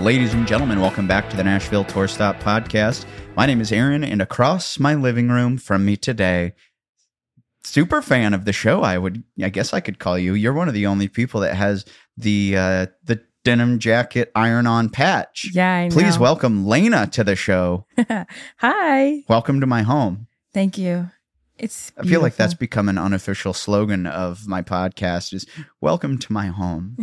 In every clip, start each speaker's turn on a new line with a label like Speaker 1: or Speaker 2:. Speaker 1: Ladies and gentlemen, welcome back to the Nashville Tour Stop Podcast. My name is Aaron, and across my living room from me today, super fan of the show. I would, I guess, I could call you. You're one of the only people that has the uh, the denim jacket iron-on patch.
Speaker 2: Yeah, I
Speaker 1: Please
Speaker 2: know.
Speaker 1: welcome Lena to the show.
Speaker 2: Hi.
Speaker 1: Welcome to my home.
Speaker 2: Thank you. It's.
Speaker 1: I feel like that's
Speaker 2: beautiful.
Speaker 1: become an unofficial slogan of my podcast is welcome to my home.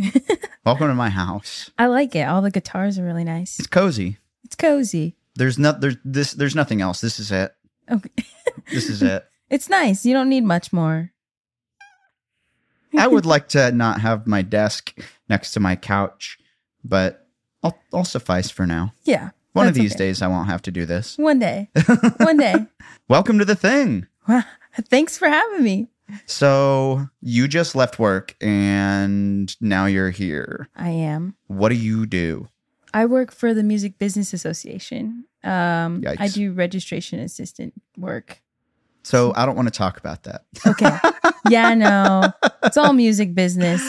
Speaker 1: welcome to my house.
Speaker 2: I like it. All the guitars are really nice.
Speaker 1: It's cozy.
Speaker 2: It's cozy.
Speaker 1: There's not there's this there's nothing else. This is it.
Speaker 2: Okay.
Speaker 1: This is it.
Speaker 2: It's nice. You don't need much more.
Speaker 1: I would like to not have my desk next to my couch, but I'll, I'll suffice for now.
Speaker 2: Yeah.
Speaker 1: One of
Speaker 2: that's
Speaker 1: these
Speaker 2: okay.
Speaker 1: days I won't have to do this.
Speaker 2: One day. One day.
Speaker 1: Welcome to the thing.
Speaker 2: Wow. Thanks for having me.
Speaker 1: So, you just left work and now you're here.
Speaker 2: I am.
Speaker 1: What do you do?
Speaker 2: I work for the Music Business Association. Um, I
Speaker 1: Yikes.
Speaker 2: do registration assistant work.
Speaker 1: So, I don't want to talk about that.
Speaker 2: Okay. yeah, no. It's all music business.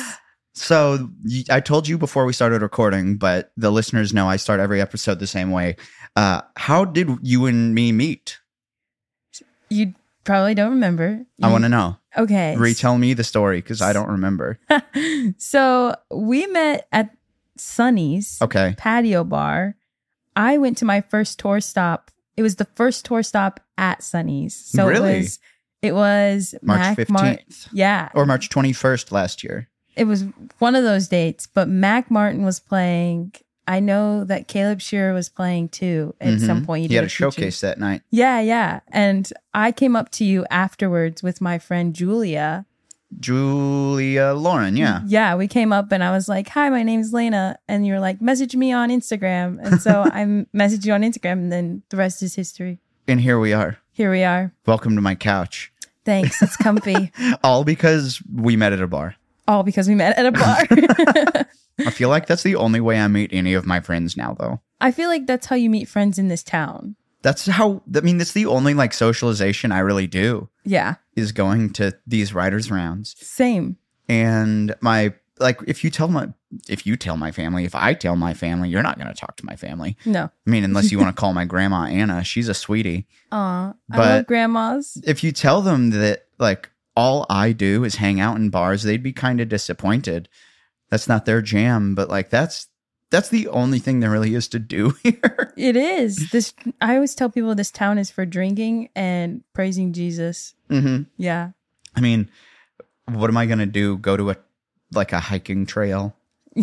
Speaker 1: So y- I told you before we started recording, but the listeners know I start every episode the same way. Uh, how did you and me meet?
Speaker 2: You probably don't remember.
Speaker 1: I want to know.
Speaker 2: to okay.
Speaker 1: Retell me the story because I don't remember.
Speaker 2: so we met at Sunny's
Speaker 1: Okay.
Speaker 2: patio bar. I went to my first tour stop. It was the first tour stop at Sunny's. So
Speaker 1: Really?
Speaker 2: it was it was
Speaker 1: March
Speaker 2: Mac Mar-
Speaker 1: 15th
Speaker 2: yeah.
Speaker 1: or March 21st last year.
Speaker 2: It was one of those dates, but Mac Martin was playing. I know that Caleb Shearer was playing too at some
Speaker 1: Mhm.
Speaker 2: point.
Speaker 1: He had
Speaker 2: did
Speaker 1: a
Speaker 2: feature.
Speaker 1: showcase that night.
Speaker 2: Yeah, yeah. And I came up to you afterwards with my friend Julia.
Speaker 1: Julia Lauren. Yeah.
Speaker 2: Yeah, we came up and I was like, Hi, my name's Lena. And you're like, Message me on Instagram. And so I messaged you on Instagram and then the rest is history.
Speaker 1: And here we are.
Speaker 2: Here we are.
Speaker 1: Welcome to my couch.
Speaker 2: Thanks. It's comfy.
Speaker 1: All because we met at a bar.
Speaker 2: All because we met at a bar.
Speaker 1: I feel like that's the only way I meet any of my friends now, though.
Speaker 2: I feel like that's how you meet friends in this town.
Speaker 1: That's how, I mean, that's the only like socialization I really do.
Speaker 2: Yeah.
Speaker 1: is going to these writers rounds
Speaker 2: Same.
Speaker 1: and my like if you tell my if you tell my family if i tell my family you're not going to talk to my family
Speaker 2: No.
Speaker 1: i mean unless you want to call my grandma anna she's a sweetie
Speaker 2: Aw. I
Speaker 1: But-
Speaker 2: love grandmas.
Speaker 1: if you tell them that like all i do is hang out in bars they'd be kind of disappointed that's not their jam but like that's that's the only thing there really is to do here
Speaker 2: It is. This I always tell people this town is for drinking and praising Jesus.
Speaker 1: hmm
Speaker 2: Yeah.
Speaker 1: I mean, what am I gonna do? Go to a like a hiking trail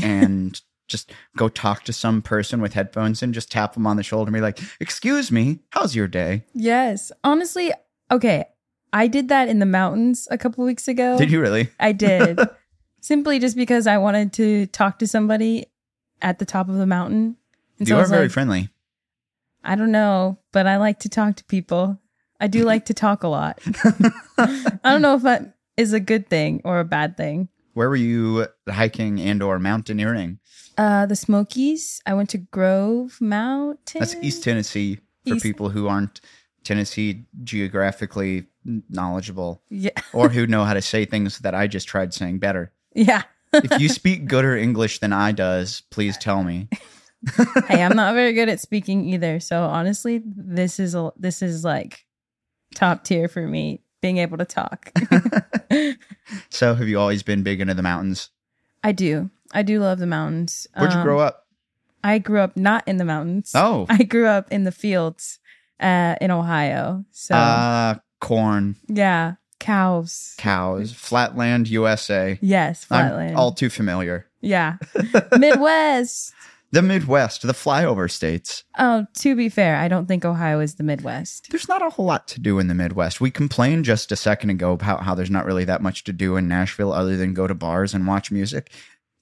Speaker 1: and just go talk to some person with headphones and just tap them on the shoulder and be like, "Excuse me, how's your day?
Speaker 2: Yes. Honestly, okay. I did that in the mountains a couple weeks ago.
Speaker 1: Did you really?"
Speaker 2: I did. Simply just because I wanted to talk to somebody at the top of the mountain.
Speaker 1: you
Speaker 2: I
Speaker 1: are
Speaker 2: was
Speaker 1: very
Speaker 2: like,
Speaker 1: friendly.
Speaker 2: I don't know, but I like to talk to people. I do like to talk a lot. I don't know if that is a good thing or a bad thing.
Speaker 1: Where were you hiking and or mountaineering?
Speaker 2: Uh, the Smokies. I went to Grove Mountain.
Speaker 1: That's East Tennessee for
Speaker 2: East-
Speaker 1: people who aren't Tennessee geographically knowledgeable
Speaker 2: Yeah,
Speaker 1: or who know how to say things that I just tried saying better.
Speaker 2: yeah.
Speaker 1: If you speak gooder English than I does, please tell me.
Speaker 2: hey, I'm not very good at speaking either. So honestly, this is a this is like top tier for me being able to talk.
Speaker 1: So, have you always been big into the mountains?
Speaker 2: I do. I do love the mountains. Um,
Speaker 1: Where'd you grow up?
Speaker 2: I grew up not in the mountains.
Speaker 1: Oh,
Speaker 2: I grew up in the fields uh, in Ohio. So
Speaker 1: uh, corn,
Speaker 2: yeah, cows.
Speaker 1: cows, flatland, USA.
Speaker 2: Yes, flatland.
Speaker 1: I'm all too familiar.
Speaker 2: yeah, Midwest.
Speaker 1: The Midwest, the flyover states.
Speaker 2: Oh, to be fair, I don't think Ohio is the Midwest.
Speaker 1: There's not a whole lot to do in the Midwest. We complained just a second ago about how there's not really that much to do in Nashville other than go to bars and watch music,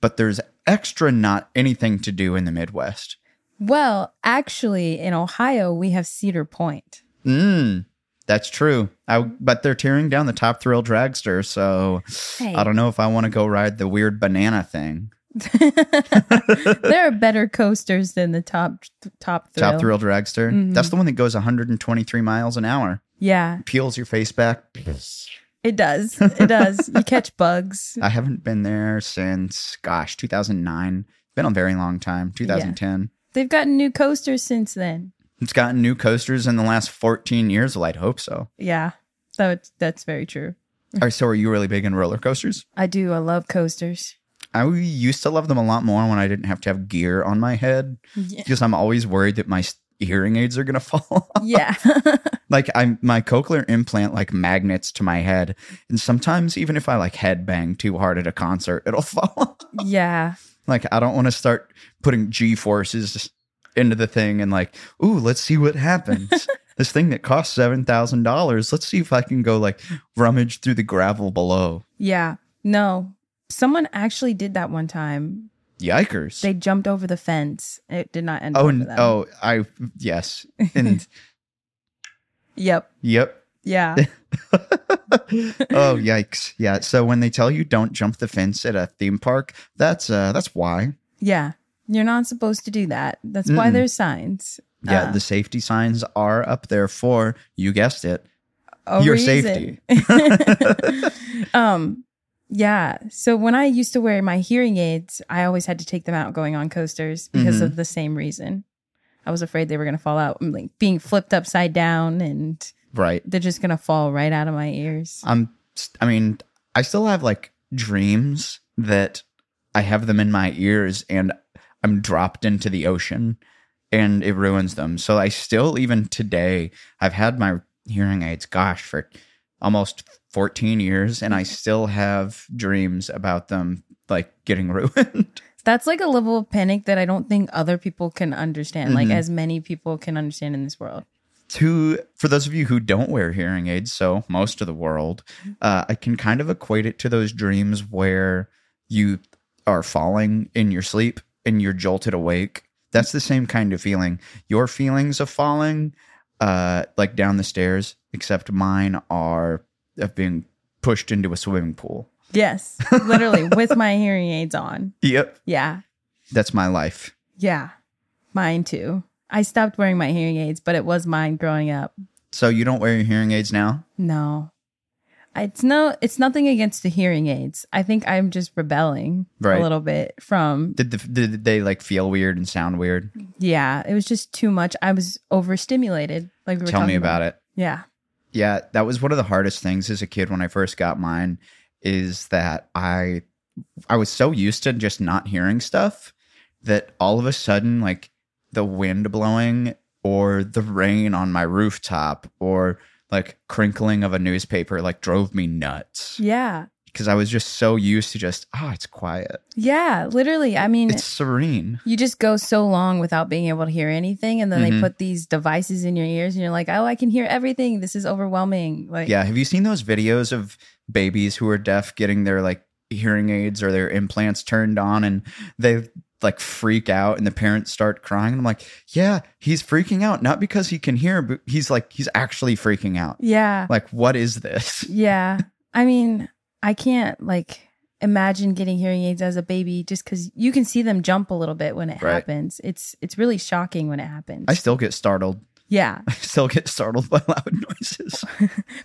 Speaker 1: but there's extra not anything to do in the Midwest.
Speaker 2: Well, actually, in Ohio, we have Cedar Point.
Speaker 1: Mm, that's true. I, but they're tearing down the Top Thrill Dragster, so I don't know if I want to go ride the weird banana thing.
Speaker 2: there are better coasters than the top top thrill.
Speaker 1: Top Thrill Dragster.
Speaker 2: Mhm.
Speaker 1: That's the one that goes 123 miles an hour.
Speaker 2: Yeah,
Speaker 1: Peels your face back.
Speaker 2: it does. It does. you catch bugs.
Speaker 1: I haven't been there since, gosh, 2009. It's been a very long time, 2010.
Speaker 2: They've gotten new coasters since then.
Speaker 1: It's gotten new coasters in the last 14 years. Well, I'd hope so.
Speaker 2: Yeah, that would- that's very true.
Speaker 1: All right, so are you really big in roller coasters?
Speaker 2: I do. I love coasters.
Speaker 1: I used to love them a lot more when I didn't have to have gear on my head
Speaker 2: Yeah.
Speaker 1: because I'm always worried that my s- hearing aids are going to fall. off.
Speaker 2: yeah.
Speaker 1: like I my cochlear implant like magnets to my head and sometimes even if I like headbang too hard at a concert, it'll fall. off.
Speaker 2: yeah.
Speaker 1: like I don't want to start putting G forces into the thing and like, ooh, let's see what happens. this thing that costs seven thousand dollars, let's see if I can go like rummage through the gravel below.
Speaker 2: Yeah. No. Someone actually did that one time.
Speaker 1: Yikers.
Speaker 2: They jumped over the fence. It did not end
Speaker 1: oh
Speaker 2: well for
Speaker 1: n-
Speaker 2: them.
Speaker 1: oh I yes. And
Speaker 2: Yep.
Speaker 1: yep.
Speaker 2: Yeah.
Speaker 1: oh yikes. Yeah. So when they tell you don't jump the fence at a theme park, that's uh that's why.
Speaker 2: yeah. You're not supposed to do that. That's why
Speaker 1: Mm-mm.
Speaker 2: there's signs.
Speaker 1: Yeah,
Speaker 2: Uh,
Speaker 1: the safety signs are up there for you guessed it.
Speaker 2: a
Speaker 1: your
Speaker 2: reason. um yeah. So when I used to wear my hearing aids, I always had to take them out going on coasters
Speaker 1: Mm-hmm.
Speaker 2: because of the same reason. I was afraid they were going to fall out, I'm like being flipped upside down and
Speaker 1: Right.
Speaker 2: they're just going to fall right out of my ears.
Speaker 1: I'm Um, st- I mean, I still have like dreams that I have them in my ears and I'm dropped into the ocean and it ruins them. So I still even today I've had my hearing aids gosh for almost 14 years and I still have dreams about them like getting ruined.
Speaker 2: That's like a level of panic that I don't think other people can understand, like
Speaker 1: Mhm.
Speaker 2: as many people can understand in this world.
Speaker 1: to for those of you who don't wear hearing aids, so most of the world, uh, I can kind of equate it to those dreams where you are falling in your sleep and you're jolted awake. That's the same kind of feeling. Your feelings of falling, uh, like down the stairs, except mine are of being pushed into a swimming pool.
Speaker 2: Yes, literally with my hearing aids on.
Speaker 1: Yep,
Speaker 2: Yeah.
Speaker 1: that's my life.
Speaker 2: Yeah. Mine too. I stopped wearing my hearing aids, but it was mine growing up.
Speaker 1: So you don't wear your hearing aids now?
Speaker 2: No. It's no it's nothing against the hearing aids. I think I'm just rebelling
Speaker 1: Right.
Speaker 2: a little bit from
Speaker 1: Did the, did they like feel weird and sound weird?
Speaker 2: yeah, it was just too much. I was overstimulated. Like we were
Speaker 1: Tell me
Speaker 2: talking
Speaker 1: about it.
Speaker 2: Yeah.
Speaker 1: Yeah, that was one of the hardest things as a kid when I first got mine is that I I was so used to just not hearing stuff that all of a sudden like the wind blowing or the rain on my rooftop or like crinkling of a newspaper like drove me
Speaker 2: Mm.
Speaker 1: nuts
Speaker 2: Yeah.
Speaker 1: because I was just so used to just ah it's quiet.
Speaker 2: Yeah, literally. I mean
Speaker 1: It's serene.
Speaker 2: you just go so long without being able to hear anything and then
Speaker 1: Mhm.
Speaker 2: they put these devices in your ears and you're like, "Oh, I can hear everything. This is overwhelming." Like
Speaker 1: Yeah, have you seen those videos of babies who are deaf getting their like hearing aids or their implants turned on and they like freak out and the parents start crying? I'm like, "Yeah, he's freaking out not because he can hear, but he's like he's actually freaking out."
Speaker 2: Yeah.
Speaker 1: Like, what is this?
Speaker 2: Yeah. I mean, I can't like imagine getting hearing aids as a baby just because you can see them jump a little bit when it
Speaker 1: Right.
Speaker 2: happens. It's it's really shocking when it happens.
Speaker 1: I still get startled.
Speaker 2: yeah.
Speaker 1: I still get startled by loud noises.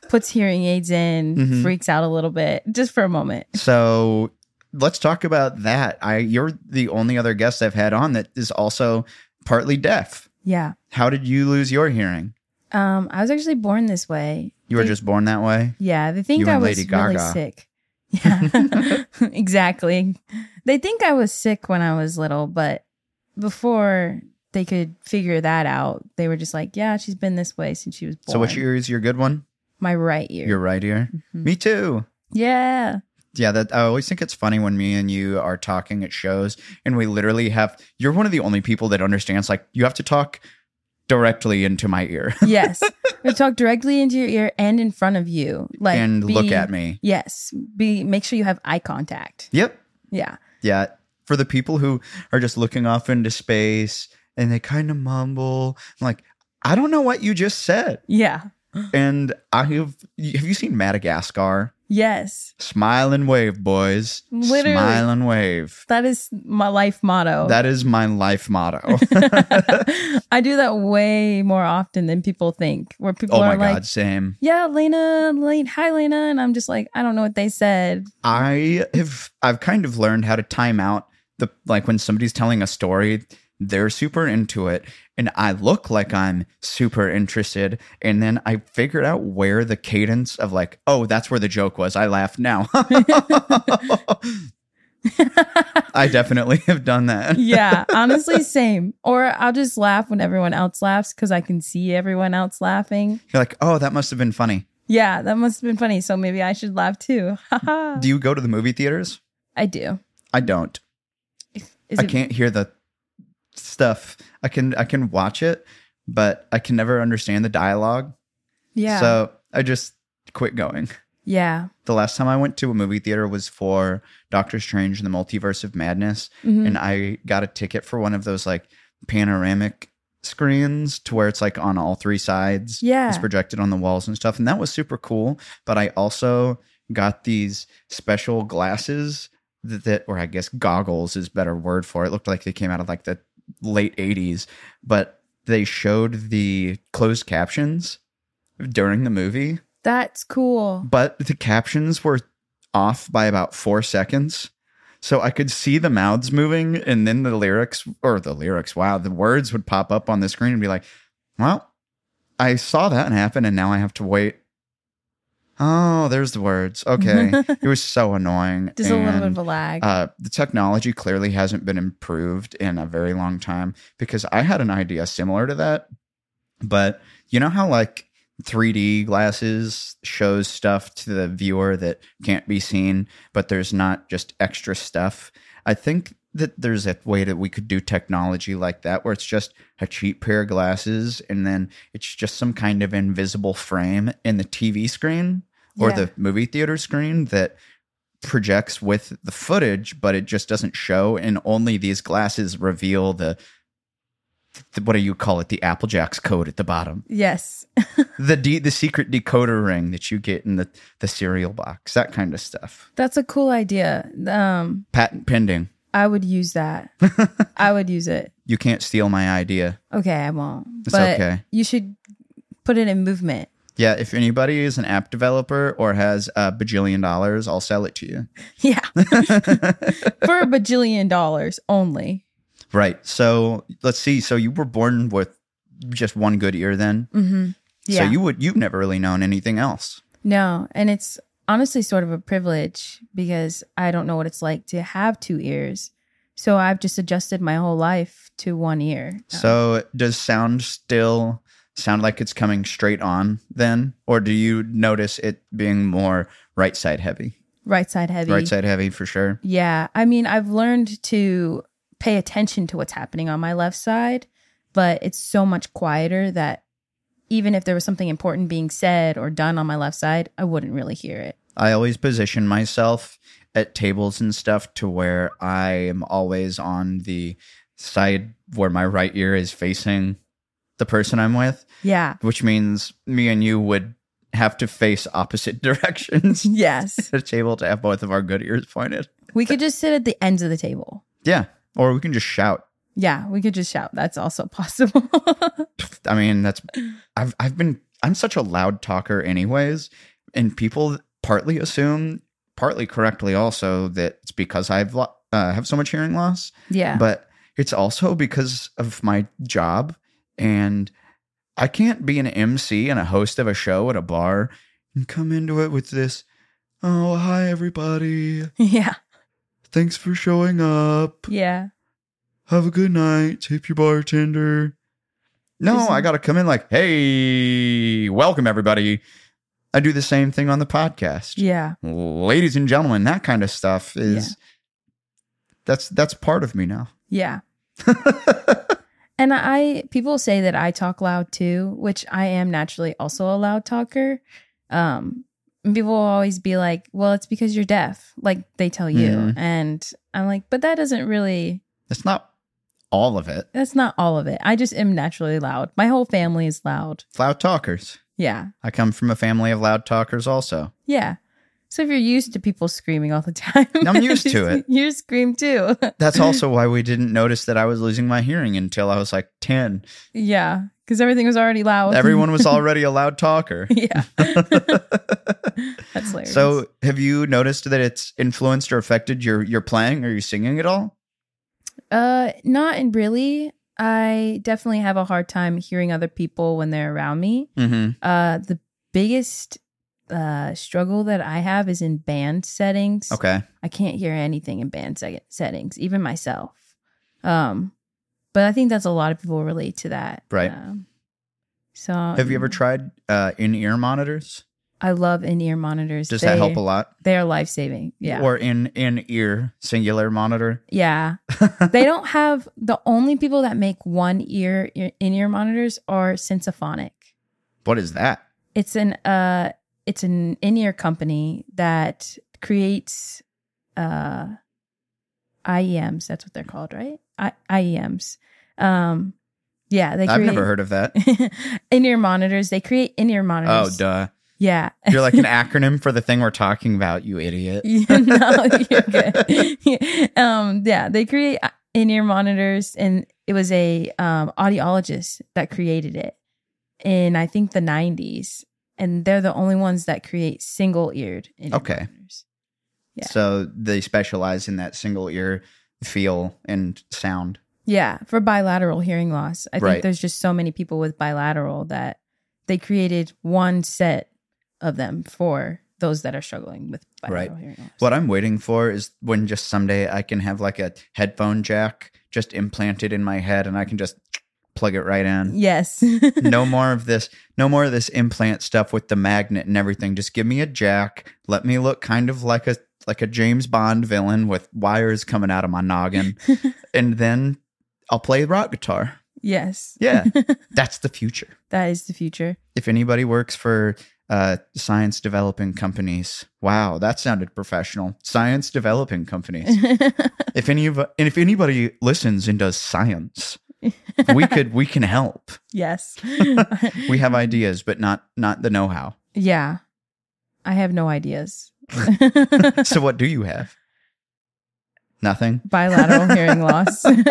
Speaker 2: Puts hearing aids in,
Speaker 1: Mhm.
Speaker 2: freaks out a little bit just for a moment.
Speaker 1: So let's talk about that. I you're the only other guest I've had on that is also partly deaf.
Speaker 2: Yeah.
Speaker 1: How did you lose your hearing?
Speaker 2: Um, I was actually born this way.
Speaker 1: You were
Speaker 2: They-
Speaker 1: just born that way?
Speaker 2: Yeah, they think
Speaker 1: You
Speaker 2: I
Speaker 1: and
Speaker 2: was
Speaker 1: Lady
Speaker 2: really
Speaker 1: Gaga.
Speaker 2: sick. Yeah, exactly. They think I was sick when I was little, but before they could figure that out, they were just like, "Yeah, she's been this way since she was born."
Speaker 1: So which ear is your good one?
Speaker 2: My right ear.
Speaker 1: Your right ear.
Speaker 2: Mhm.
Speaker 1: Me too.
Speaker 2: yeah,
Speaker 1: Yeah, that I always think it's funny when me and you are talking at shows and we literally have you're one of the only people that understands like you have to talk directly into my ear
Speaker 2: yes. we talk directly into your ear and in front of you, like
Speaker 1: and
Speaker 2: be-
Speaker 1: look at me.
Speaker 2: Yes, be make sure you have eye contact.
Speaker 1: Yep.
Speaker 2: Yeah,
Speaker 1: Yeah. For the people who are just looking off into space and they kind of mumble, I'm like, I don't know what you just said.
Speaker 2: yeah,
Speaker 1: And I have have you seen Madagascar?
Speaker 2: yes.
Speaker 1: Smile and wave, boys.
Speaker 2: Literally.
Speaker 1: Smile and wave.
Speaker 2: That is my life motto.
Speaker 1: That is my life motto.
Speaker 2: I do that way more often than people think. Where people
Speaker 1: Oh
Speaker 2: are
Speaker 1: my
Speaker 2: like,
Speaker 1: god, same.
Speaker 2: "Yeah, Lena, late, hi, Lena," and I'm just like, I don't know what they said.
Speaker 1: I have I've kind of learned how to time out the like when somebody's telling a story They're super into it. And I look like I'm super interested. And then I figured out where the cadence of, like, oh, that's where the joke was. I laugh now. I definitely have done that.
Speaker 2: yeah, honestly, same. Or I'll just laugh when everyone else laughs because I can see everyone else laughing.
Speaker 1: You're like, oh, that must have been funny.
Speaker 2: Yeah, that must have been funny. So maybe I should laugh too.
Speaker 1: Do you go to the movie theaters?
Speaker 2: I do.
Speaker 1: I don't.
Speaker 2: Is
Speaker 1: I
Speaker 2: it-
Speaker 1: can't hear the stuff. I can I can watch it, but I can never understand the dialogue.
Speaker 2: Yeah.
Speaker 1: So I just quit going.
Speaker 2: yeah.
Speaker 1: The last time I went to a movie theater was for Doctor Strange and the Multiverse of Madness,
Speaker 2: Mhm.
Speaker 1: and I got a ticket for one of those like panoramic screens to where it's like on all three sides. It's
Speaker 2: yeah.
Speaker 1: projected on the walls and stuff, and that was super cool. But I also got these special glasses that, that or I guess goggles is a better word for it. Looked like they came out of like the late '80s, but they showed the closed captions during the movie
Speaker 2: That's cool.
Speaker 1: but the captions were off by about four seconds. So I could see the mouths moving, and then the lyrics or the lyrics, wow, the words would pop up on the screen and be like, well, I saw that happen, and now I have to wait. Oh, there's the words. Okay. it was so annoying.
Speaker 2: Just a little bit
Speaker 1: and-
Speaker 2: of a lag.
Speaker 1: uh, the technology clearly hasn't been improved in a very long time because I had an idea similar to that. But you know how, like, 3D glasses shows stuff to the viewer that can't be seen, but there's not just extra stuff. I think that there's a way that we could do technology like that where it's just a cheap pair of glasses and then it's just some kind of invisible frame in the TV screen or
Speaker 2: Yeah.
Speaker 1: the movie theater screen that projects with the footage, but it just doesn't show. And only these glasses reveal the, the what do you call it? The Applejack's code at the bottom,
Speaker 2: yes.
Speaker 1: the de- the secret decoder ring that you get in the the cereal box, that kind of stuff.
Speaker 2: That's a cool idea. Um,
Speaker 1: Patent pending.
Speaker 2: I would use that. I would use it.
Speaker 1: You can't steal my idea.
Speaker 2: Okay, I won't.
Speaker 1: It's
Speaker 2: but
Speaker 1: okay.
Speaker 2: you should put it in movement.
Speaker 1: Yeah, if anybody is an app developer or has a bajillion dollars, I'll sell it to you.
Speaker 2: Yeah. For a bajillion dollars only.
Speaker 1: Right. So let's see. So you were born with just one good ear, then.
Speaker 2: Mm-hmm. Yeah.
Speaker 1: So you would you've never really known anything else.
Speaker 2: no, and it's honestly sort of a privilege because I don't know what it's like to have two ears. So I've just adjusted my whole life to one ear.
Speaker 1: So does sound still sound like it's coming straight on then? Or do you notice it being more right side heavy?
Speaker 2: right side heavy.
Speaker 1: Right side heavy for sure.
Speaker 2: Yeah. I mean, I've learned to pay attention to what's happening on my left side, but it's so much quieter that even if there was something important being said or done on my left side, I wouldn't really hear it.
Speaker 1: I always position myself at tables and stuff to where I am always on the side where my right ear is facing the person I'm with,
Speaker 2: Yeah.
Speaker 1: which means me and you would have to face opposite directions
Speaker 2: Yes.
Speaker 1: at a table to have both of our good ears pointed.
Speaker 2: we could just sit at the ends of the table.
Speaker 1: Yeah. Or we can just shout.
Speaker 2: Yeah, we could just shout. That's also possible.
Speaker 1: I mean, that's I've I've been I'm such a loud talker anyways, and people partly assume, partly correctly also that it's because I've lo- uh, have so much hearing loss,
Speaker 2: yeah.
Speaker 1: but it's also because of my job and I can't be an MC and a host of a show at a bar and come into it with this Oh, hi everybody.
Speaker 2: yeah.
Speaker 1: Thanks for showing up.
Speaker 2: Yeah.
Speaker 1: Have a good night. Tip your bartender. No,
Speaker 2: Isn't-
Speaker 1: I got to come in like, hey, welcome everybody. I do the same thing on the podcast.
Speaker 2: Yeah.
Speaker 1: Ladies and gentlemen, that kind of stuff is that's that's part of me now.
Speaker 2: Yeah. and I people say that I talk loud too, which I am naturally also a loud talker. Um and people will always be like, "Well, it's because you're deaf." Like they tell you.
Speaker 1: Mhm.
Speaker 2: And I'm like, "But that doesn't really
Speaker 1: It's not all of it.
Speaker 2: that's not all of it. I just am naturally loud. My whole family is loud."
Speaker 1: It's loud talkers.
Speaker 2: Yeah.
Speaker 1: I come from a family of loud talkers also.
Speaker 2: Yeah. So if you're used to people screaming all the time,
Speaker 1: I'm used to it.
Speaker 2: You scream too.
Speaker 1: That's also why we didn't notice that I was losing my hearing until I was like 10.
Speaker 2: yeah, because everything was already loud.
Speaker 1: Everyone was already a loud talker.
Speaker 2: yeah, that's hilarious.
Speaker 1: So, have you noticed that it's influenced or affected your your playing or your singing at all?
Speaker 2: Uh, not really. I definitely have a hard time hearing other people when they're around me.
Speaker 1: Mm-hmm.
Speaker 2: Uh, the biggest uh, struggle that I have is in band settings.
Speaker 1: Okay.
Speaker 2: I can't hear anything in band se- settings, even myself. Um, but I think that's a lot of people relate to that.
Speaker 1: Right.
Speaker 2: Um, so mm,
Speaker 1: Have you ever
Speaker 2: Um,
Speaker 1: tried uh, in ear monitors?
Speaker 2: I love in ear monitors.
Speaker 1: Does that help a lot?
Speaker 2: They are life saving. Yeah.
Speaker 1: Or in in ear singular monitor?
Speaker 2: yeah. they don't have the only people that make one ear in ear monitors are Sensophonic.
Speaker 1: what is that?
Speaker 2: It's an uh it's an in ear company that creates uh IEMs, that's what they're called, right? I- IEMs. Um yeah, they create
Speaker 1: I've never heard of that.
Speaker 2: in ear monitors. They create in ear
Speaker 1: Oh,
Speaker 2: monitors.
Speaker 1: duh.
Speaker 2: Yeah.
Speaker 1: You're like an acronym for the thing we're talking about, you idiot.
Speaker 2: Yeah, no, you're good. um, yeah, they create in-ear monitors, and it was a um, audiologist that created it in I think the '90s, and they're the only ones that create single-eared in-ear
Speaker 1: Okay.
Speaker 2: monitors. Yeah.
Speaker 1: So they specialize in that single ear feel and sound.
Speaker 2: Yeah, for bilateral hearing loss, I
Speaker 1: Right.
Speaker 2: think there's just so many people with bilateral that they created one set of them for those that are struggling with bilateral hearing loss.
Speaker 1: What I'm waiting for is when just someday I can have like a headphone jack just implanted in my head and I can just plug it right in.
Speaker 2: Yes.
Speaker 1: no more of this no more of this implant stuff with the magnet and everything just give me a jack let me look kind of like a like a james bond villain with wires coming out of my noggin and then i'll play rock guitar
Speaker 2: yes.
Speaker 1: yeah that's the future
Speaker 2: That is the future.
Speaker 1: if anybody works for uh, science developing companies wow that sounded professional science developing companies if any of and if anybody listens and does science we could we can help
Speaker 2: yes.
Speaker 1: we have ideas but not not the know-how
Speaker 2: yeah. I have no ideas.
Speaker 1: so what do you have? Nothing.
Speaker 2: Bilateral hearing loss. uh,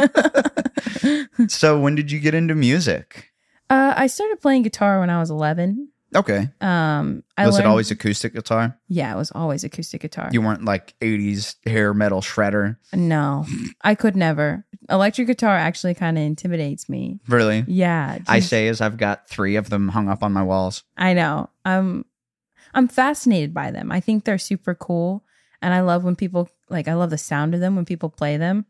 Speaker 1: So when did you get into music?
Speaker 2: I started playing guitar when I was 11.
Speaker 1: Okay.
Speaker 2: Um, I
Speaker 1: was it
Speaker 2: learned-
Speaker 1: always acoustic guitar?
Speaker 2: Yeah, it was always acoustic guitar.
Speaker 1: You weren't like 80s hair metal shredder,
Speaker 2: no, I could never. Electric guitar actually kind of intimidates me.
Speaker 1: really?
Speaker 2: Yeah,
Speaker 1: I
Speaker 2: just-
Speaker 1: say as I've got 3 of them hung up on my walls.
Speaker 2: I know. I'm I'm fascinated by them. I think they're super cool and I love when people like I love the sound of them when people play them.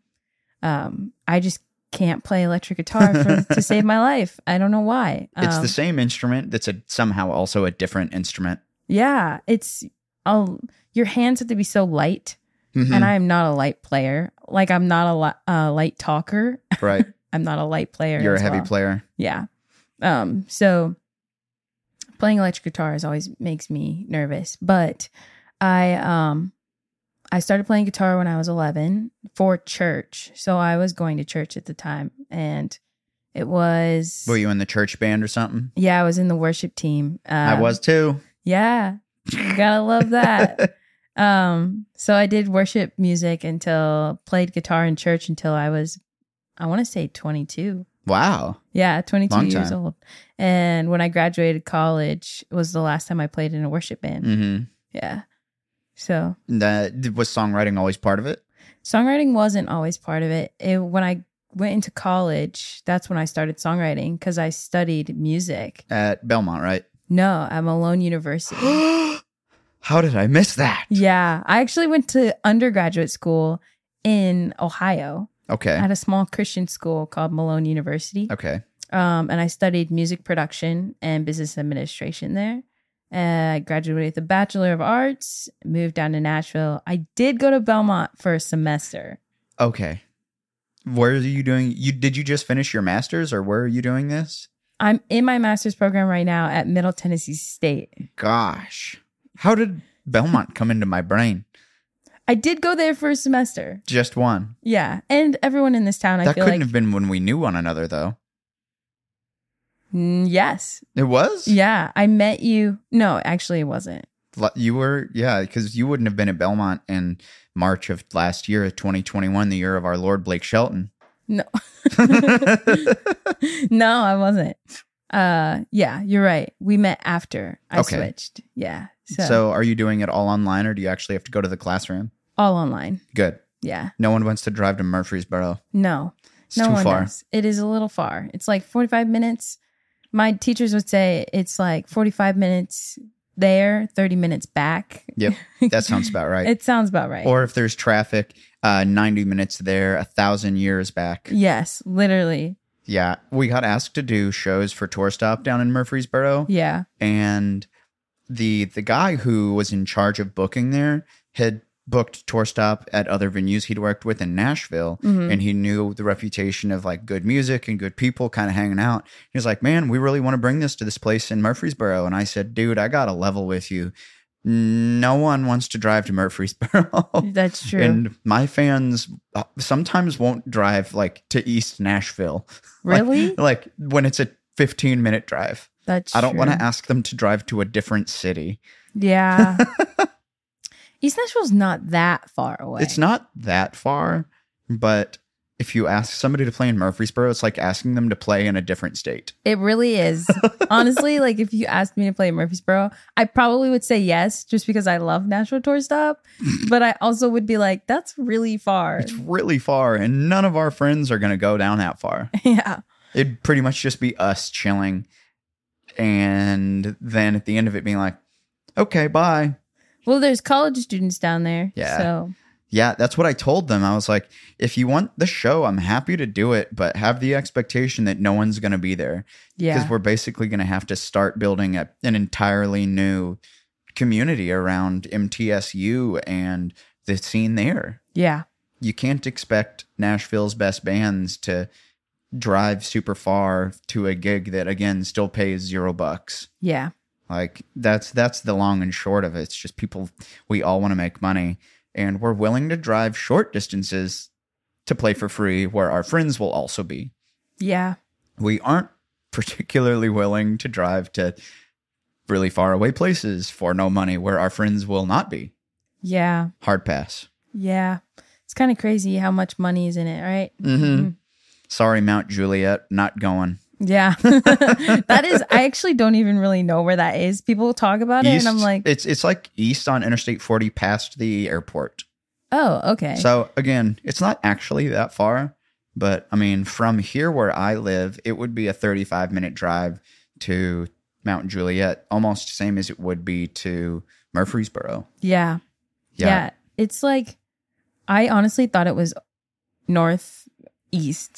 Speaker 2: Um I just can't play electric guitar for, to save my life. I don't know why. Um,
Speaker 1: It's the same instrument that's a, somehow also a different instrument.
Speaker 2: Yeah, it's i your hands have to be so light
Speaker 1: Mhm.
Speaker 2: and I am not a light player. Like I'm not a li- uh, light talker.
Speaker 1: right.
Speaker 2: I'm not a light player.
Speaker 1: You're a
Speaker 2: as
Speaker 1: heavy
Speaker 2: well.
Speaker 1: player.
Speaker 2: Yeah. Um, so playing electric guitar is always makes me nervous, but I um I started playing guitar when I was 11 for church. So I was going to church at the time and it was
Speaker 1: Were you in the church band or something?
Speaker 2: Yeah, I was in the worship team. Uh,
Speaker 1: I was too.
Speaker 2: Yeah. You got to love that. um so I did worship music until played guitar in church until I was I want to say 22.
Speaker 1: Wow.
Speaker 2: Yeah, 22
Speaker 1: Long
Speaker 2: years
Speaker 1: time.
Speaker 2: old. And when I graduated college was the last time I played in a worship band.
Speaker 1: Mhm.
Speaker 2: Yeah. So,
Speaker 1: That was songwriting always part of it?
Speaker 2: songwriting wasn't always part of it. it when I went into college, that's when I started songwriting cuz I studied music.
Speaker 1: At Belmont, right?
Speaker 2: No, at Malone University.
Speaker 1: How did I miss that?
Speaker 2: yeah, I actually went to undergraduate school in Ohio
Speaker 1: Okay.
Speaker 2: at a small Christian school called Malone University.
Speaker 1: Okay.
Speaker 2: um, and I studied music production and business administration there. Uh, I graduated with a Bachelor of Arts, moved down to Nashville. I did go to Belmont for a semester.
Speaker 1: Okay. Where are you doing you did you just finish your masters or where are you doing this?
Speaker 2: I'm in my master's program right now at Middle Tennessee State.
Speaker 1: Gosh. How did Belmont come into my brain?
Speaker 2: I did go there for a semester.
Speaker 1: Just one.
Speaker 2: Yeah. And everyone in this town, I
Speaker 1: that
Speaker 2: feel
Speaker 1: couldn't
Speaker 2: like.
Speaker 1: have been when we knew one another though.
Speaker 2: Mm, yes.
Speaker 1: It was?
Speaker 2: Yeah. I met you. No, actually, it wasn't.
Speaker 1: L- You were yeah, cuz you wouldn't have been at Belmont in March of last year, 2021, the year of our Lord Blake Shelton.
Speaker 2: No. no, I wasn't. Uh, yeah, you're right. We met after I
Speaker 1: Okay.
Speaker 2: switched. Yeah.
Speaker 1: so are you doing it all online or do you actually have to go to the classroom?
Speaker 2: all online.
Speaker 1: Good.
Speaker 2: Yeah.
Speaker 1: No one wants to drive to Murfreesboro.
Speaker 2: No.
Speaker 1: It's
Speaker 2: no
Speaker 1: too
Speaker 2: one
Speaker 1: far.
Speaker 2: does. It is a little far. It's like 45 minutes. My teachers would say it's like 45 minutes there, 30 minutes back.
Speaker 1: Yep. That sounds about right.
Speaker 2: It sounds about right.
Speaker 1: or if there's traffic, uh, 90 minutes there, a thousand years back.
Speaker 2: yes, literally.
Speaker 1: Yeah, we got asked to do shows for Tour Stop down in Murfreesboro,
Speaker 2: Yeah.
Speaker 1: and the the guy who was in charge of booking there had booked Tour Stop at other venues he'd worked with in Nashville,
Speaker 2: Mhm.
Speaker 1: and he knew the reputation of like good music and good people kind of hanging out. He was like, "Man, we really want to bring this to this place in Murfreesboro," and I said, "Dude, I got to level with you. No one wants to drive to Murfreesboro."
Speaker 2: That's true.
Speaker 1: Oh, And my fans uh, sometimes won't drive like to East Nashville. Like-
Speaker 2: really?
Speaker 1: Like, when it's a 15 minute drive.
Speaker 2: That's
Speaker 1: I don't want to
Speaker 2: true.
Speaker 1: ask them to drive to a different city.
Speaker 2: Yeah. East Nashville's not that far away.
Speaker 1: It's not that far, but if you ask somebody to play in Murfreesboro, it's like asking them to play in a different state.
Speaker 2: It really is. Honestly, like if you asked me to play Murfreesboro, I probably would say yes just because I love Nashville Tour Stop. but I also would be like, that's really far.
Speaker 1: It's really far, and none of our friends are going to go down that far.
Speaker 2: yeah.
Speaker 1: It'd pretty much just be us chilling. And then at the end of it, being like, okay, bye.
Speaker 2: Well, there's college students down there.
Speaker 1: Yeah.
Speaker 2: So
Speaker 1: Yeah, that's what I told them. I was like, if you want the show, I'm happy to do it, but have the expectation that no one's going to be there because
Speaker 2: yeah.
Speaker 1: we're basically going to have to start building a, an entirely new community around MTSU and the scene there.
Speaker 2: Yeah.
Speaker 1: You can't expect Nashville's best bands to drive super far to a gig that again still pays 0 bucks.
Speaker 2: Yeah.
Speaker 1: Like that's that's the long and short of it. It's just people we all want to make money and we're willing to drive short distances to play for free where our friends will also be.
Speaker 2: Yeah.
Speaker 1: We aren't particularly willing to drive to really far away places for no money where our friends will not be.
Speaker 2: Yeah.
Speaker 1: Hard pass.
Speaker 2: Yeah. It's kind of crazy how much money is in it, right?
Speaker 1: Mm-hmm. Sorry, Mount Juliet, not going.
Speaker 2: Yeah. that is, I actually don't even really know where that is. People talk about it and I'm
Speaker 1: East-
Speaker 2: like,
Speaker 1: it's it's like east on Interstate 40 past the airport.
Speaker 2: oh, okay.
Speaker 1: So again, it's not actually that far, but I mean, from here where I live, it would be a 35 minute drive to Mount Juliet, almost same as it would be to Murfreesboro.
Speaker 2: yeah. Yeah. It's like I honestly thought it was northeast.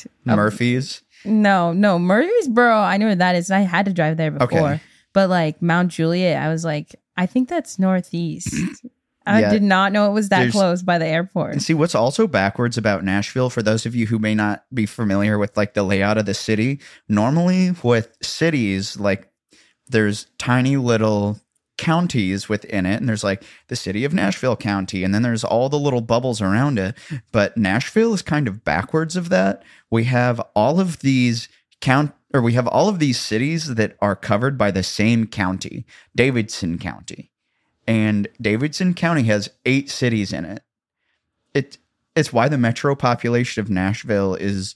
Speaker 2: of-
Speaker 1: Murphy's.
Speaker 2: No, no, Murfreesboro. I knew where that is. I had to drive there before.
Speaker 1: Okay.
Speaker 2: But like Mount Juliet, I was like, I think that's northeast. I
Speaker 1: Yeah.
Speaker 2: did not know it was that
Speaker 1: There's-
Speaker 2: close by the airport.
Speaker 1: And see what's also backwards about Nashville for those of you who may not be familiar with like the layout of the city. Normally with cities like there's tiny little counties within it and there's like the city of Nashville County and then there's all the little bubbles around it, but Nashville is kind of backwards of that. We have all of these count or we have all of these cities that are covered by the same county, Davidson County. And Davidson County has 8 cities in it it it's why the metro population of Nashville is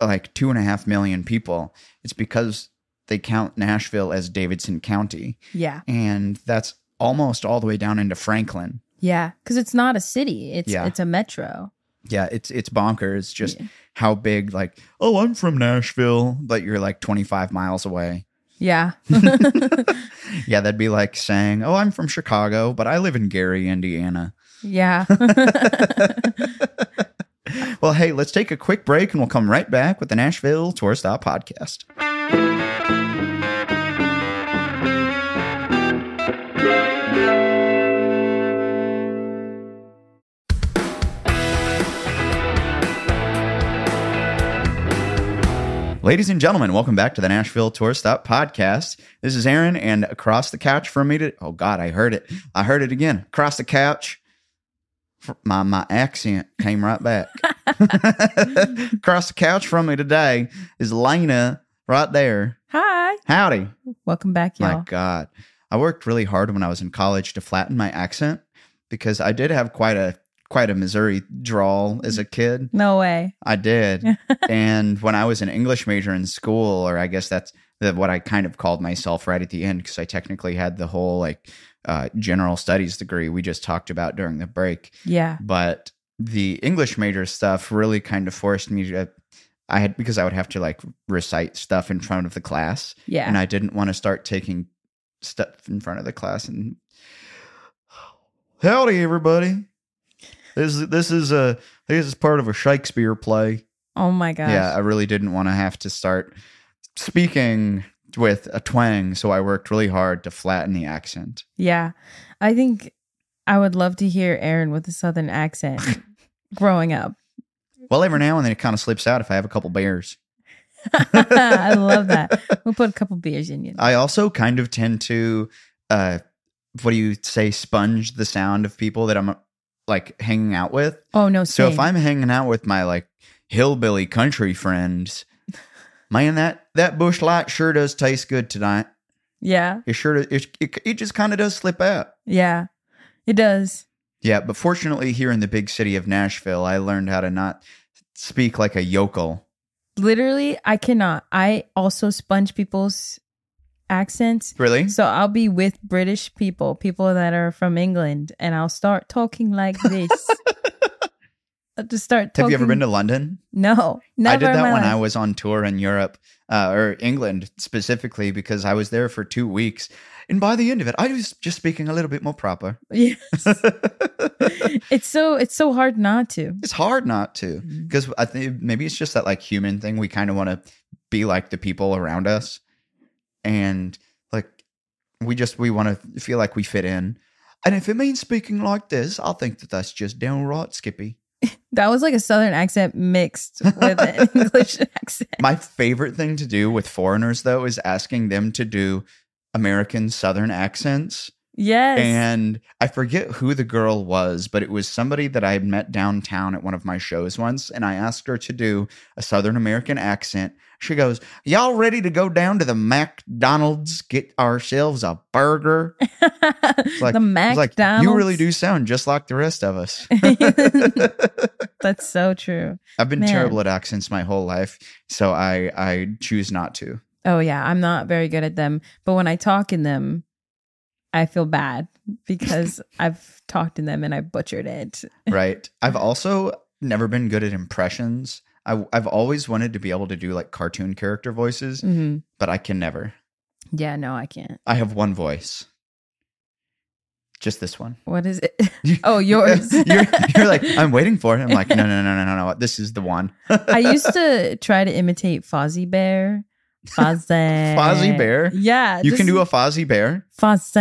Speaker 1: like two and a half million people. It's because they count Nashville as Davidson County,
Speaker 2: yeah.
Speaker 1: and that's almost all the way down into Franklin.
Speaker 2: Yeah. Cause it's not a city. It's
Speaker 1: Yeah.
Speaker 2: it's a metro.
Speaker 1: Yeah, it's it's bonkers just
Speaker 2: Yeah.
Speaker 1: how big like oh I'm from Nashville, but you're like 25 miles away.
Speaker 2: Yeah.
Speaker 1: Yeah, that'd be like saying oh I'm from Chicago, but I live in Gary, Indiana.
Speaker 2: yeah.
Speaker 1: Well, hey, let's take a quick break and we'll come right back with the Nashville Tour Stop Podcast. Ladies and gentlemen, welcome back to the Nashville Tour Stop Podcast. This is Aaron, and across the couch from me to oh god, I heard it, I heard it again. Across the couch, fr- my my accent came right back. across the couch from me today is Lena, right there.
Speaker 2: Hi.
Speaker 1: Howdy,
Speaker 2: Welcome back, y'all.
Speaker 1: my god, I worked really hard when I was in college to flatten my accent because I did have quite a quite a Missouri drawl as a kid.
Speaker 2: No way.
Speaker 1: I did. and when I was an English major in school, or I guess that's the, what I kind of called myself right at the end, because I technically had the whole like uh, general studies degree we just talked about during the break.
Speaker 2: Yeah.
Speaker 1: But the English major stuff really kind of forced me to. I had because I would have to like recite stuff in front of the class,
Speaker 2: Yeah.
Speaker 1: and I didn't want to start taking stuff in front of the class. And howdy, everybody! This this is a this is part of a Shakespeare play.
Speaker 2: oh my gosh.
Speaker 1: Yeah, I really didn't want to have to start speaking with a twang, so I worked really hard to flatten the accent.
Speaker 2: Yeah. I think I would love to hear Aaron with a southern accent growing up.
Speaker 1: Well, every now and then it kind of slips out if I have a couple beers.
Speaker 2: I love that. We'll put a couple beers in you.
Speaker 1: I also kind of tend to, uh, what do you say, sponge the sound of people that I'm like hanging out with.
Speaker 2: Oh no,
Speaker 1: So if
Speaker 2: same.
Speaker 1: I'm hanging out with my like hillbilly country friends, man, that that bush light sure does taste good tonight.
Speaker 2: Yeah.
Speaker 1: It sure it it, it just kind of does slip out.
Speaker 2: Yeah. It does.
Speaker 1: Yeah, but fortunately, here in the big city of Nashville, I learned how to not speak like a yokel.
Speaker 2: Literally, I cannot. I also sponge people's accents.
Speaker 1: Really?
Speaker 2: So I'll be with British people, people that are from England, and I'll start talking like this. I'll just start
Speaker 1: Have
Speaker 2: talking.
Speaker 1: you ever been to London?
Speaker 2: No, never.
Speaker 1: I did
Speaker 2: in
Speaker 1: that
Speaker 2: my
Speaker 1: when I
Speaker 2: life.
Speaker 1: was on tour in Europe uh, or England specifically because I was there for two weeks. And by the end of it, I was just speaking a little bit more proper.
Speaker 2: Yes.
Speaker 1: it's
Speaker 2: it's so it's so hard not to.
Speaker 1: hard not to because I think maybe it's just that like human thing. We kind of want to be like the people around us. And like we just, we want to feel like we fit in. And if it means speaking like this, I think that that's just downright skippy.
Speaker 2: That was like a southern accent mixed with an English accent.
Speaker 1: My favorite thing to do with foreigners, though, is asking them to do American Southern accents.
Speaker 2: Yes.
Speaker 1: And I forget who the girl was, but it was somebody that I had met downtown at one of my shows once. And I asked her to do a Southern American accent. She goes, Y'all ready to go down to the McDonald's, get ourselves a burger? It's like-
Speaker 2: the
Speaker 1: I was
Speaker 2: McDonald's.
Speaker 1: like, You really do sound just like the rest of us.
Speaker 2: That's so true.
Speaker 1: I've been
Speaker 2: Man.
Speaker 1: terrible at accents my whole life. So I, I choose not to.
Speaker 2: Oh yeah, I'm not very good at them, but when I talk in them, I feel bad because I've talked in them and I butchered it.
Speaker 1: right? I've also never been good at impressions. I, I've always wanted to be able to do like cartoon character voices,
Speaker 2: Mhm.
Speaker 1: but I can never.
Speaker 2: Yeah, no, I can't.
Speaker 1: I have one voice, just this one.
Speaker 2: What is it? Oh, yours.
Speaker 1: you're, you're like, I'm waiting for it. I'm like, no, no, no, no, no, no. This is the one.
Speaker 2: I used to try to imitate Fozzie Bear. Fozzie.
Speaker 1: Fozzie Bear?
Speaker 2: Yeah.
Speaker 1: you can do a Fozzie Bear.
Speaker 2: Fozzie.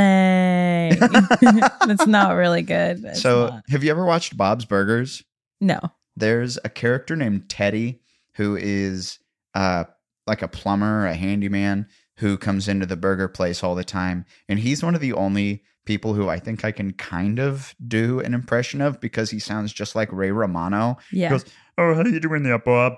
Speaker 2: That's not really good. It's
Speaker 1: so,
Speaker 2: not.
Speaker 1: have you ever watched Bob's Burgers?
Speaker 2: no.
Speaker 1: there's a character named Teddy who is uh like a plumber, a handyman who comes into the burger place all the time. And he's one of the only people who I think I can kind of do an impression of because he sounds just like Ray Romano.
Speaker 2: Yeah.
Speaker 1: Goes, Oh, how you doing there, Bob?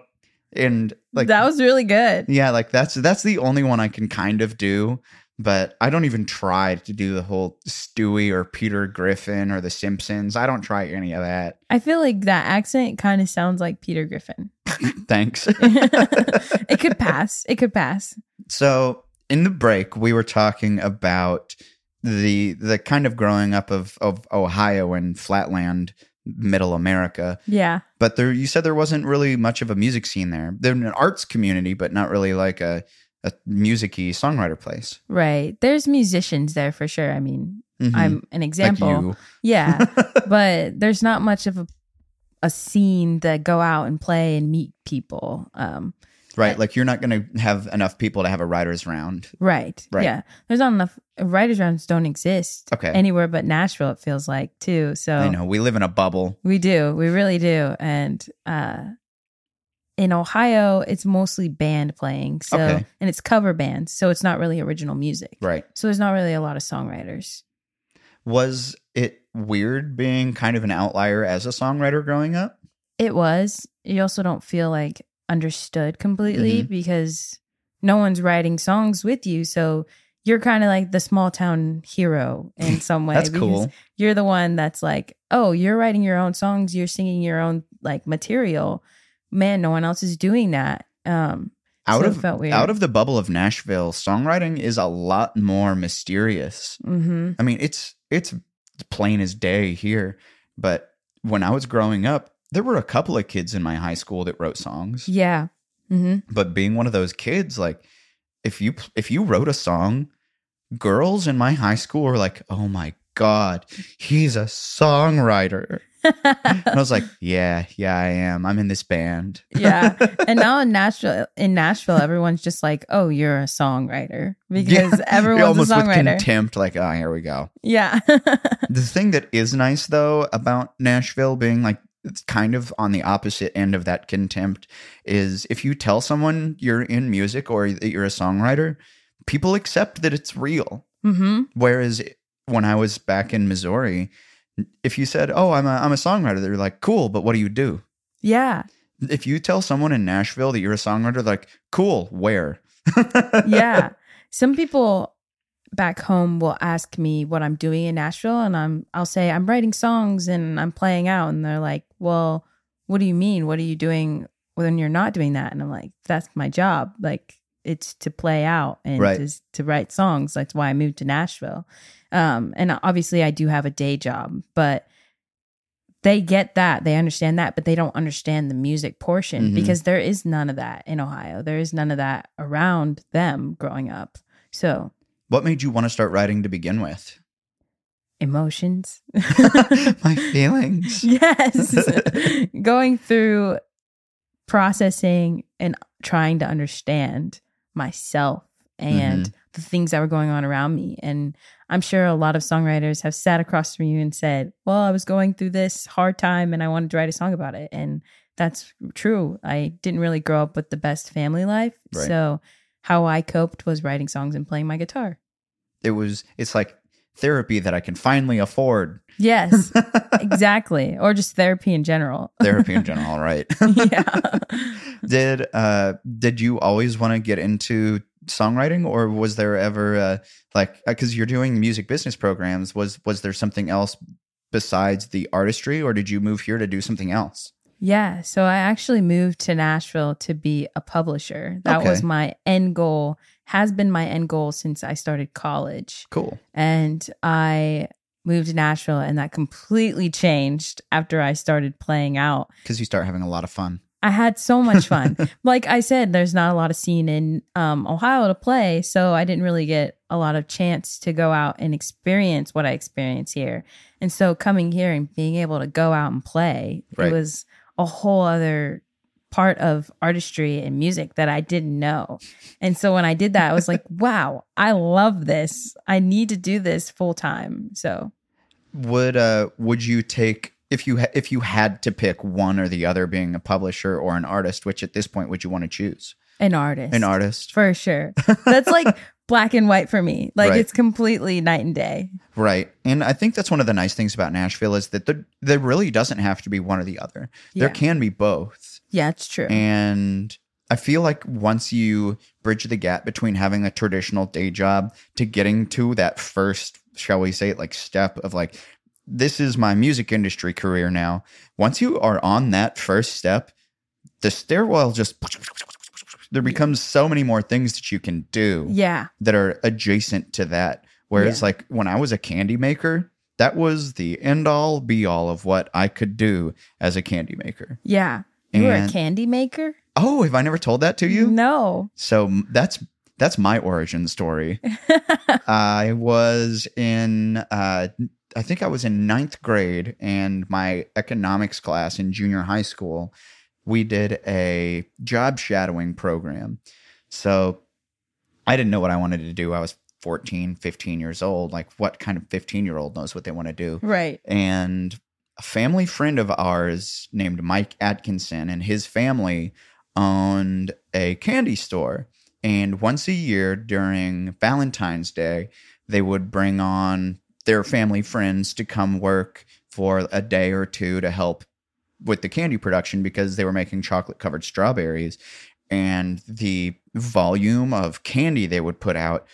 Speaker 1: And like
Speaker 2: that was really good.
Speaker 1: Yeah, like that's that's the only one I can kind of do, but I don't even try to do the whole Stewie or Peter Griffin or the Simpsons. I don't try any of that.
Speaker 2: I feel like that accent kind of sounds like Peter Griffin.
Speaker 1: Thanks.
Speaker 2: it could pass. It could pass.
Speaker 1: So in the break, we were talking about the the kind of growing up of of Ohio and flatland middle America.
Speaker 2: Yeah.
Speaker 1: But there you said there wasn't really much of a music scene there. There's an arts community, but not really like a, a musicy songwriter place.
Speaker 2: Right. There's musicians there for sure. I mean,
Speaker 1: Mhm.
Speaker 2: I'm an example. Yeah. but there's not much of a a scene that go out and play and meet people. Um,
Speaker 1: right. Like you're not gonna have enough people to have a writer's round.
Speaker 2: right.
Speaker 1: Right.
Speaker 2: Yeah. There's not enough writers rounds don't exist
Speaker 1: Okay.
Speaker 2: anywhere but Nashville, it feels like too. So
Speaker 1: I know. We live in a bubble.
Speaker 2: We do. We really do. And uh in Ohio, it's mostly band playing. So
Speaker 1: Okay.
Speaker 2: and it's cover bands, so it's not really original music.
Speaker 1: Right.
Speaker 2: So there's not really a lot of songwriters.
Speaker 1: Was it weird being kind of an outlier as a songwriter growing up?
Speaker 2: It was. You also don't feel like understood completely
Speaker 1: Mm-hmm.
Speaker 2: because no one's writing songs with you, so you're kind of like the small town hero in some way.
Speaker 1: That's
Speaker 2: because
Speaker 1: cool.
Speaker 2: you're the one that's like, oh, you're writing your own songs, you're singing your own like material. Man, no one else is doing that. Um,
Speaker 1: Out
Speaker 2: so it
Speaker 1: of
Speaker 2: felt weird.
Speaker 1: out of the bubble of Nashville, songwriting is a lot more mysterious.
Speaker 2: hmm
Speaker 1: I mean, it's it's plain as day here, but when I was growing up, there were a couple of kids in my high school that wrote songs.
Speaker 2: Yeah. Mm-hmm.
Speaker 1: But being one of those kids, like if you if you wrote a song, girls in my high school were like, "Oh my god, he's a songwriter."
Speaker 2: Mm-hmm.
Speaker 1: and I was like, "Yeah, yeah, I am. I'm in this band."
Speaker 2: yeah. And now in Nashville, in Nashville, everyone's just like, "Oh, you're a songwriter," because everyone's
Speaker 1: almost
Speaker 2: a
Speaker 1: with
Speaker 2: songwriter.
Speaker 1: contempt, like, "Oh, here we go."
Speaker 2: yeah.
Speaker 1: The thing that is nice though about Nashville being like it's kind of on the opposite end of that contempt is if you tell someone you're in music or that you're a songwriter, people accept that it's real.
Speaker 2: mm-hmm.
Speaker 1: Whereas when I was back in Missouri, if you said, "Oh, I'm a I'm a songwriter," they're like, "Cool, but what do you do?"
Speaker 2: Yeah.
Speaker 1: If you tell someone in Nashville that you're a songwriter, they're like, "Cool, where?"
Speaker 2: yeah. Some people back home will ask me what I'm doing in Nashville and I'm I'll say I'm writing songs and I'm playing out and they're like, "Well, what do you mean? What are you doing when you're not doing that?" And I'm like, "That's my job. Like it's to play out and
Speaker 1: Right.
Speaker 2: to, s- to write songs. That's why I moved to Nashville." Um and obviously I do have a day job, but they get that they understand that but they don't understand the music portion
Speaker 1: Mhm.
Speaker 2: because there is none of that in ohio there is none of that around them growing up so
Speaker 1: What made you want to start writing to begin with?
Speaker 2: emotions
Speaker 1: My feelings.
Speaker 2: yes going through processing and trying to understand myself and the things that were going on around me and i'm sure a lot of songwriters have sat across from you and said well i was going through this hard time and i wanted to write a song about it and that's true i didn't really grow up with the best family life
Speaker 1: Right.
Speaker 2: so how i coped was writing songs and playing my guitar
Speaker 1: It was it's like therapy that I can finally afford.
Speaker 2: yes exactly or just therapy in general
Speaker 1: therapy in general, right?
Speaker 2: yeah
Speaker 1: did uh did you always want to get into songwriting or was there ever uh like because you're doing music business programs was was there something else besides the artistry or did you move here to do something else
Speaker 2: Yeah. So I actually moved to Nashville to be a publisher. That
Speaker 1: Okay.
Speaker 2: was my end goal, has been my end goal since I started college.
Speaker 1: cool
Speaker 2: And I moved to Nashville, and that completely changed after I started playing out.
Speaker 1: because you start having a lot of fun
Speaker 2: I had so much fun. like I said, there's not a lot of scene in um, Ohio to play, so I didn't really get a lot of chance to go out and experience what I experience here. And so coming here and being able to go out and play,
Speaker 1: Right.
Speaker 2: it was a whole other part of artistry and music that I didn't know. And so when I did that, I was like, wow, I love this. I need to do this full time. So
Speaker 1: would uh would you take if you ha- if you had to pick one or the other being a publisher or an artist which at this point would you want to choose
Speaker 2: an artist.
Speaker 1: an artist
Speaker 2: For sure. That's like black and white for me. Like
Speaker 1: Right.
Speaker 2: it's completely night and day.
Speaker 1: Right. And I think that's one of the nice things about Nashville is that there, there really doesn't have to be one or the other. There
Speaker 2: Yeah.
Speaker 1: can be both.
Speaker 2: Yeah, it's true.
Speaker 1: And I feel like once you bridge the gap between having a traditional day job to getting to that first, shall we say it, like step of like, this is my music industry career now. Once you are on that first step, the stairwell just, there becomes so many more things that you can do
Speaker 2: yeah.
Speaker 1: that are adjacent to that. Whereas,
Speaker 2: Yeah.
Speaker 1: like when I was a candy maker, that was the end all be all of what I could do as a candy maker.
Speaker 2: Yeah. You were a
Speaker 1: And-
Speaker 2: candy maker?
Speaker 1: Oh, have I never told that to you?
Speaker 2: No.
Speaker 1: So m- that's that's my origin story. I was in, uh, I think I was in ninth grade, and my economics class in junior high school, we did a job shadowing program. So I didn't know what I wanted to do. I was 14, 15 years old. Like, what kind of 15 year old knows what they want to do?
Speaker 2: Right.
Speaker 1: and a family friend of ours named Mike Atkinson and his family owned a candy store. And once a year during Valentine's Day, they would bring on their family friends to come work for a day or two to help with the candy production because they were making chocolate covered strawberries. And the volume of candy they would put out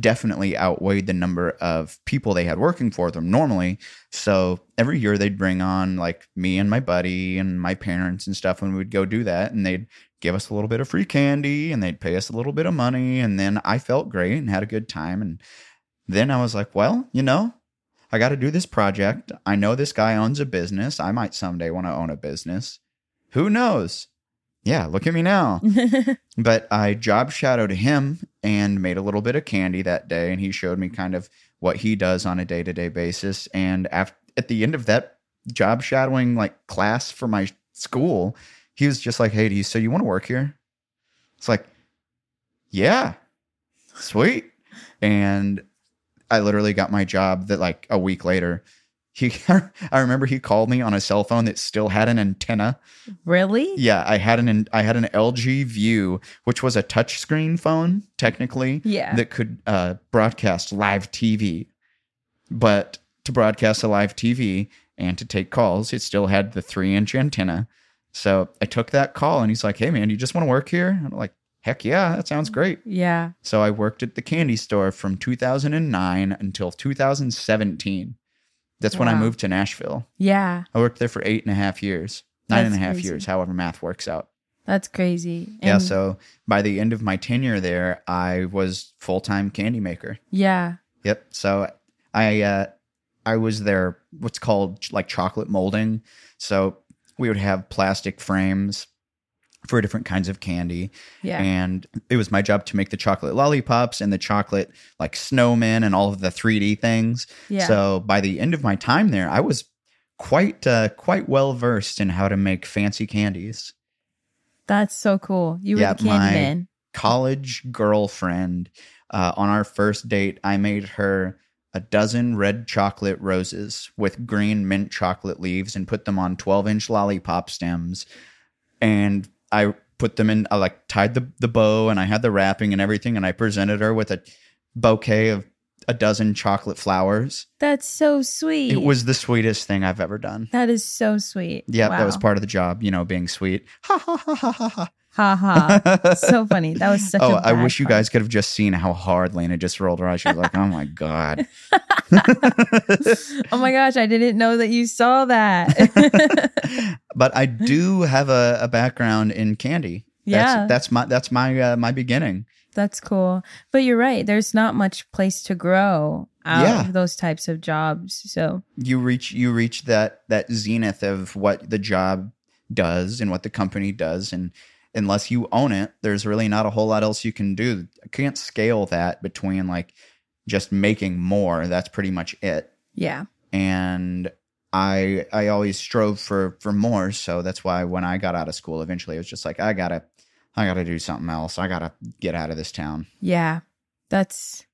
Speaker 1: definitely outweighed the number of people they had working for them normally. So every year they'd bring on like me and my buddy and my parents and stuff, and we would go do that. And they'd give us a little bit of free candy and they'd pay us a little bit of money. And then I felt great and had a good time. And then I was like, well, you know, I got to do this project. I know this guy owns a business. I might someday want to own a business. Who knows? Yeah, look at me now. But I job shadowed him and made a little bit of candy that day. And he showed me kind of what he does on a day to day basis. And af at the end of that job shadowing like class for my school, he was just like, Hey, do you, so you want to work here? It's like, yeah, sweet. And I literally got my job that like a week later. He, I remember he called me on a cell phone that still had an antenna.
Speaker 2: really?
Speaker 1: Yeah, I had an I had an LG View, which was a touchscreen phone technically
Speaker 2: Yeah.
Speaker 1: that could uh, broadcast live TV. But to broadcast a live TV and to take calls, it still had the three inch antenna. So I took that call, and he's like, "Hey man, you just want to work here?" And I'm like, "Heck yeah, that sounds great."
Speaker 2: yeah.
Speaker 1: So I worked at the candy store from 2009 until 2017. That's when I
Speaker 2: Wow.
Speaker 1: moved to Nashville.
Speaker 2: Yeah.
Speaker 1: I worked there for eight and a half years, nine and a
Speaker 2: That's
Speaker 1: half
Speaker 2: crazy.
Speaker 1: years, however math works out.
Speaker 2: That's crazy.
Speaker 1: yeah.
Speaker 2: And-
Speaker 1: So by the end of my tenure there, I was full time candy maker.
Speaker 2: Yeah.
Speaker 1: Yep. So I uh, I was there. What's called ch- like chocolate molding. So we would have plastic frames for different kinds of candy,
Speaker 2: Yeah.
Speaker 1: and it was my job to make the chocolate lollipops and the chocolate like snowmen and all of the 3D things.
Speaker 2: yeah.
Speaker 1: So by the end of my time there, I was quite uh, quite well versed in how to make fancy candies.
Speaker 2: That's so cool. You were
Speaker 1: Yeah,
Speaker 2: the candy
Speaker 1: my-
Speaker 2: man.
Speaker 1: college girlfriend. Uh, on our first date, I made her a dozen red chocolate roses with green mint chocolate leaves and put them on 12 inch lollipop stems. And I put them in, I like tied the, the bow and I had the wrapping and everything. And I presented her with a bouquet of a dozen chocolate flowers.
Speaker 2: That's so sweet.
Speaker 1: It was the sweetest thing I've ever done.
Speaker 2: That is so sweet.
Speaker 1: Yeah, that was
Speaker 2: Wow.
Speaker 1: part of the job, you know, being sweet. Ha ha ha ha ha ha.
Speaker 2: Ha ha. so funny. That was such.
Speaker 1: oh,
Speaker 2: a
Speaker 1: I
Speaker 2: bad
Speaker 1: wish you
Speaker 2: pun.
Speaker 1: guys could have just seen how hard Lena just rolled her eyes. She was like, "Oh my god!"
Speaker 2: oh my gosh, I didn't know that you saw that.
Speaker 1: but I do have a, a background in candy.
Speaker 2: Yeah.
Speaker 1: that's, that's my that's my uh, my beginning.
Speaker 2: That's cool. But you're right. There's not much place to grow out
Speaker 1: Yeah.
Speaker 2: of those types of jobs. So
Speaker 1: You reach you reach that that zenith of what the job does and what the company does, and unless you own it, there's really not a whole lot else you can do. I can't scale that between like just making more. That's pretty much it.
Speaker 2: yeah.
Speaker 1: and I I always strove for for more. So that's why when I got out of school, eventually it was just like I gotta I gotta do something else. I gotta get out of this town.
Speaker 2: Yeah. That's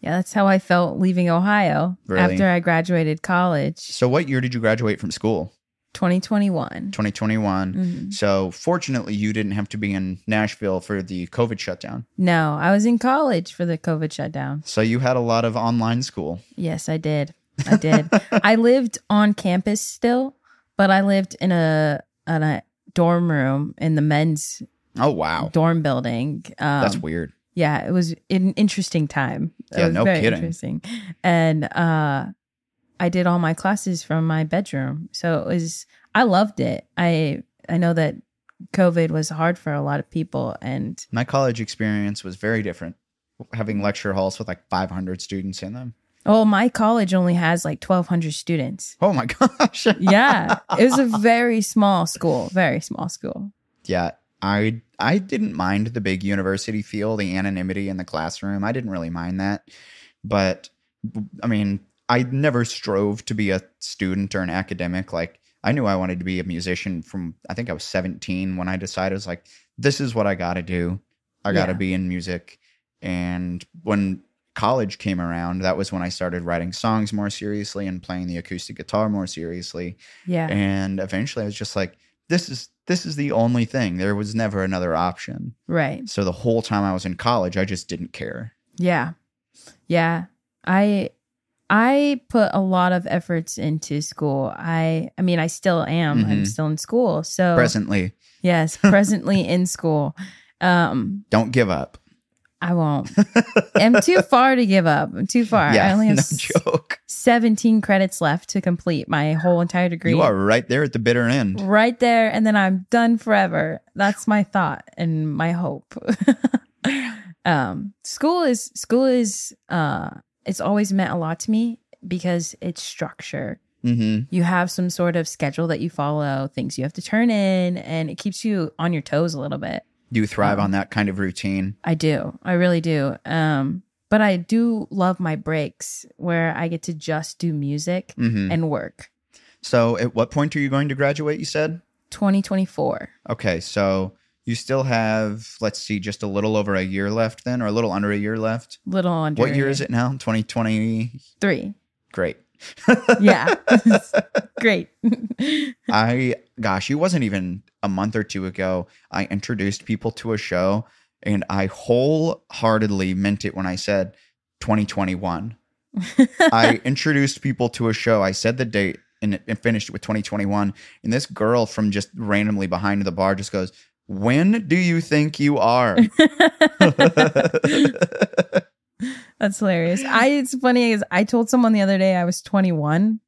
Speaker 2: yeah, that's how I felt leaving Ohio
Speaker 1: Really?
Speaker 2: after I graduated college,
Speaker 1: So what year did you graduate from school?
Speaker 2: 2021.
Speaker 1: 2021.
Speaker 2: Mhm.
Speaker 1: So fortunately, you didn't have to be in Nashville for the COVID shutdown.
Speaker 2: No, I was in college for the COVID shutdown.
Speaker 1: So you had a lot of online school.
Speaker 2: Yes, I did. I did. I lived on campus still, but I lived in a in a dorm room in the men's
Speaker 1: Oh wow,
Speaker 2: dorm building. Um,
Speaker 1: that's weird.
Speaker 2: yeah, it was an interesting time. It
Speaker 1: Yeah,
Speaker 2: was
Speaker 1: no
Speaker 2: very
Speaker 1: kidding.
Speaker 2: Interesting, and uh, I did all my classes from my bedroom, so it was. I loved it. I I know that COVID was hard for a lot of people, and
Speaker 1: My college experience was very different, having lecture halls with like 500 students in them.
Speaker 2: oh, my college only has like twelve hundred students.
Speaker 1: Oh my gosh.
Speaker 2: Yeah, it was a very small school, very small school.
Speaker 1: yeah i i didn't mind the big university feel the anonymity in the classroom i didn't really mind that but i mean i never strove to be a student or an academic like i knew i wanted to be a musician from i think i was 17 when i decided I was like this is what i gotta do i gotta
Speaker 2: Yeah.
Speaker 1: be in music and when college came around that was when i started writing songs more seriously and playing the acoustic guitar more seriously
Speaker 2: Yeah,
Speaker 1: and eventually i was just like this is this is the only thing there was never another option
Speaker 2: right.
Speaker 1: so the whole time i was in college i just didn't care
Speaker 2: Yeah. Yeah. I I put a lot of efforts into school. I I mean I still am. I'm
Speaker 1: Mhm.
Speaker 2: still in school. So
Speaker 1: presently
Speaker 2: yes, presently in school. Um
Speaker 1: don't give up
Speaker 2: I won't. I'm too far to give up. I'm too far. I
Speaker 1: yeah
Speaker 2: only have
Speaker 1: no
Speaker 2: s-
Speaker 1: joke
Speaker 2: 17 credits left to complete my whole entire degree.
Speaker 1: you are right there at the bitter end
Speaker 2: right there and then I'm done forever. That's my thought and my hope. um school is school is uh it's always meant a lot to me. because it's structure.
Speaker 1: Mm-hmm.
Speaker 2: You have some sort of schedule that you follow, things you have to turn in, and it keeps you on your toes a little bit.
Speaker 1: Do you thrive on that kind of routine?
Speaker 2: I do. I really do. Um, but I do love my breaks where I get to just do music
Speaker 1: Mm-hmm.
Speaker 2: and work.
Speaker 1: So, at what point are you going to graduate? You said.
Speaker 2: 2024.
Speaker 1: Okay, so you still have let's see, just a little over a year left, then, or a little under a year left.
Speaker 2: Little under.
Speaker 1: What year is it now? Twenty twenty.
Speaker 2: Three.
Speaker 1: Great.
Speaker 2: Yeah. Great.
Speaker 1: I gosh, it wasn't even a month or two ago. I introduced people to a show, and I wholeheartedly meant it when I said 2021. I introduced people to a show. I said the date and, and finished it with 2021. And this girl from just randomly behind the bar just goes, "When do you think you are?"
Speaker 2: That's hilarious. I it's funny is I told someone the other day I was 21.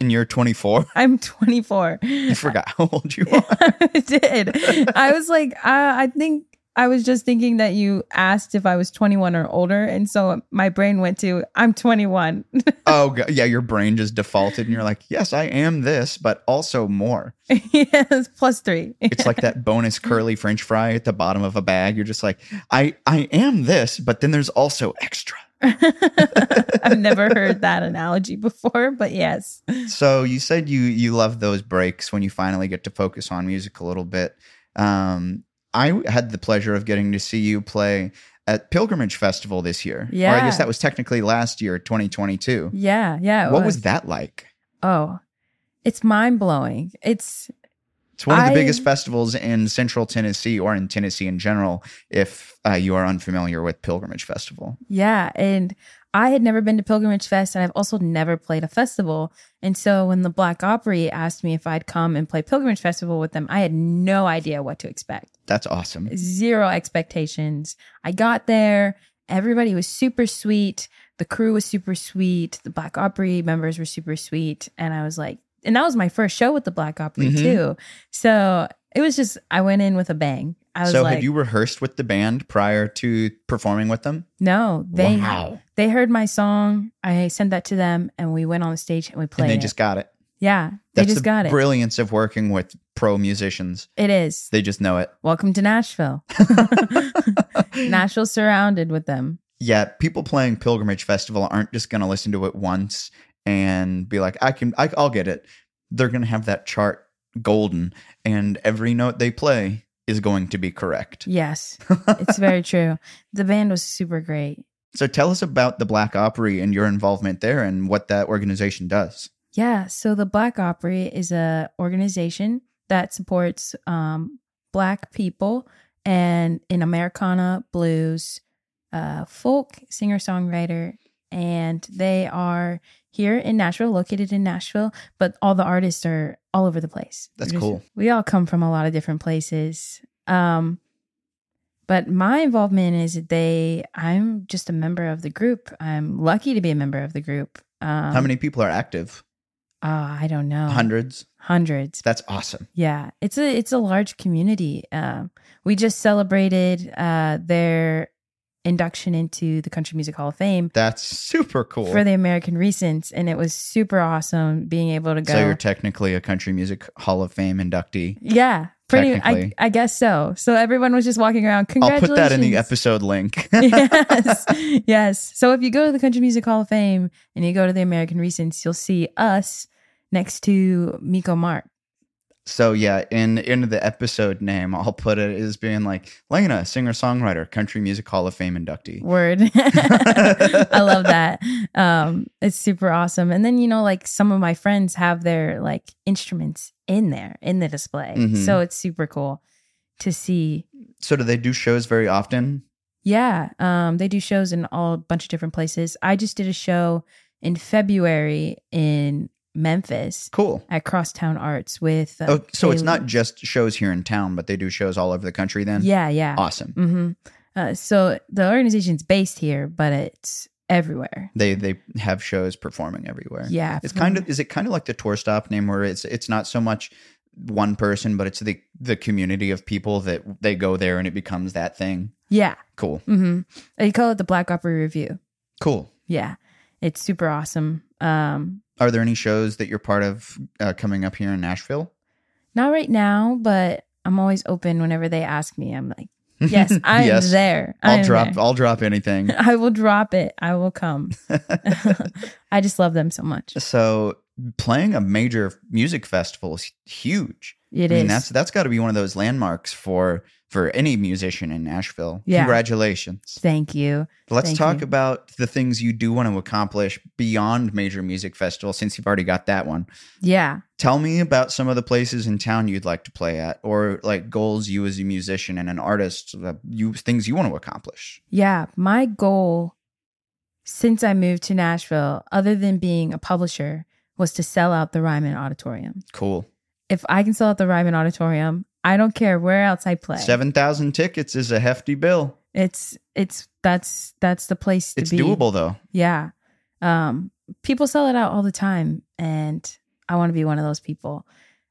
Speaker 1: and you're 24.
Speaker 2: I'm 24.
Speaker 1: You forgot how old you are.
Speaker 2: I did. I was like, uh, I, I think I was just thinking that you asked if I was 21 or older, and so my brain went to I'm 21.
Speaker 1: Oh, go- yeah. Your brain just defaulted, and you're like, "Yes, I am this, but also more."
Speaker 2: yes, plus three.
Speaker 1: It's like that bonus
Speaker 2: Mm-hmm.
Speaker 1: curly French fry at the bottom of a bag. You're just like, "I, I am this, but then there's also extra."
Speaker 2: I've never heard that analogy before, but yes.
Speaker 1: So you said you you love those breaks when you finally get to focus on music a little bit. Um, I had the pleasure of getting to see you play at Pilgrimage Festival this year. or I
Speaker 2: Yeah.
Speaker 1: guess that was technically last year, 2022.
Speaker 2: Yeah, yeah. it
Speaker 1: what was that like?
Speaker 2: Oh, it's mind blowing. It's
Speaker 1: It's one of the
Speaker 2: I-
Speaker 1: biggest festivals in Central Tennessee or in Tennessee in general. If uh, you are unfamiliar with Pilgrimage Festival,
Speaker 2: yeah, and I had never been to Pilgrimage Fest, and I've also never played a festival. And so when the Black Opry asked me if I'd come and play Pilgrimage Festival with them, I had no idea what to expect.
Speaker 1: that's awesome.
Speaker 2: Zero expectations. I got there. Everybody was super sweet. The crew was super sweet. The Black Opry members were super sweet. And I was like, and that was my first show with the Black Opry
Speaker 1: Mhm.
Speaker 2: too. So it was just, I went in with a bang. I was
Speaker 1: So,
Speaker 2: like,
Speaker 1: had you rehearsed with the band prior to performing with them?
Speaker 2: no, they
Speaker 1: wow!
Speaker 2: they heard my song. I sent that to them, and we went on the stage and we
Speaker 1: And
Speaker 2: played.
Speaker 1: they
Speaker 2: it.
Speaker 1: just got it.
Speaker 2: yeah, they just
Speaker 1: the
Speaker 2: got it.
Speaker 1: Brilliance of working with pro musicians.
Speaker 2: it is
Speaker 1: They just know it.
Speaker 2: welcome to Nashville. Nashville surrounded with them.
Speaker 1: yeah, people playing Pilgrimage Festival aren't just going to listen to it once and be like, "I can, I, I'll get it." They're going to have that chart golden, and every note they play is going to be correct.
Speaker 2: Yes, it's very true. The band was super great.
Speaker 1: So, tell us about the Black Opry and your involvement there, and what that organization does.
Speaker 2: Yeah, so the Black Opry is a organization that supports um, Black people and in Americana, blues, uh, folk singer songwriter, and they are here in Nashville, located in Nashville. But all the artists are all over the place.
Speaker 1: That's
Speaker 2: We're just-
Speaker 1: cool.
Speaker 2: We all come from a lot of different places. Um, but my involvement is that they. I'm just a member of the group. I'm lucky to be a member of the group. Um,
Speaker 1: How many people are active?
Speaker 2: Oh, I don't know.
Speaker 1: Hundreds.
Speaker 2: Hundreds.
Speaker 1: That's awesome.
Speaker 2: Yeah. It's a it's a large community. Um, we just celebrated uh, their induction into the Country Music Hall of Fame
Speaker 1: That's super cool.
Speaker 2: for the American Recents, and it was super awesome being able to go.
Speaker 1: so you're technically a country music Hall of Fame inductee.
Speaker 2: yeah, pretty. I,
Speaker 1: Technically.
Speaker 2: I guess so. So everyone was just walking around.
Speaker 1: I'll
Speaker 2: Congratulations!
Speaker 1: put that in the episode link.
Speaker 2: yes, yes. So if you go to the Country Music Hall of Fame and you go to the American Recents, you'll see us next to Miko Mark.
Speaker 1: So yeah, in in the episode name, I'll put it as being like Lena, singer songwriter, country music Hall of Fame inductee.
Speaker 2: Word. I love that. Um, it's super awesome. And then, you know, like some of my friends have their like instruments in there in the display.
Speaker 1: Mhm.
Speaker 2: So it's super cool to see.
Speaker 1: So do they do shows very often?
Speaker 2: Yeah. Um, they do shows in all bunch of different places. I just did a show in February in Memphis
Speaker 1: Cool.
Speaker 2: at Crosstown Arts with. uh,
Speaker 1: Oh, so it's
Speaker 2: Taylor.
Speaker 1: not just shows here in town, but they do shows all over the country. Then
Speaker 2: Yeah. Yeah.
Speaker 1: awesome.
Speaker 2: hmm Uh, so the organization's based here, but it's everywhere.
Speaker 1: They they have shows performing everywhere.
Speaker 2: Yeah.
Speaker 1: It's kind of is it kind of like the tour stop name where it's it's not so much one person, but it's the the community of people that they go there and it becomes that thing.
Speaker 2: Yeah.
Speaker 1: Cool.
Speaker 2: Mm-hmm. They call it the Black Opera Review.
Speaker 1: Cool.
Speaker 2: Yeah, it's super awesome. Um,
Speaker 1: Are there any shows that you're part of uh, coming up here in Nashville?
Speaker 2: not right now, but I'm always open whenever they ask me. I'm like, yes, I'm there.
Speaker 1: I'll
Speaker 2: I'm
Speaker 1: drop.
Speaker 2: there.
Speaker 1: I'll drop anything.
Speaker 2: I will drop it. I will come. I just love them so much.
Speaker 1: so playing a major music festival is huge.
Speaker 2: It
Speaker 1: I mean,
Speaker 2: is.
Speaker 1: that's that's got to be one of those landmarks for for any musician in Nashville.
Speaker 2: Yeah.
Speaker 1: Congratulations.
Speaker 2: Thank you.
Speaker 1: Let's
Speaker 2: Thank
Speaker 1: talk
Speaker 2: you.
Speaker 1: about the things you do want to accomplish beyond major music festival since you've already got that one.
Speaker 2: Yeah.
Speaker 1: Tell me about some of the places in town you'd like to play at or like goals you as a musician and an artist uh, you things you want to accomplish.
Speaker 2: Yeah. My goal since I moved to Nashville, other than being a publisher, was to sell out the Ryman Auditorium.
Speaker 1: Cool.
Speaker 2: If I can sell out the Ryman Auditorium, I don't care where else I play.
Speaker 1: 7,000 tickets is a hefty bill.
Speaker 2: It's it's that's that's the place to
Speaker 1: It's
Speaker 2: be.
Speaker 1: doable though.
Speaker 2: Yeah. Um, people sell it out all the time, and I want to be one of those people.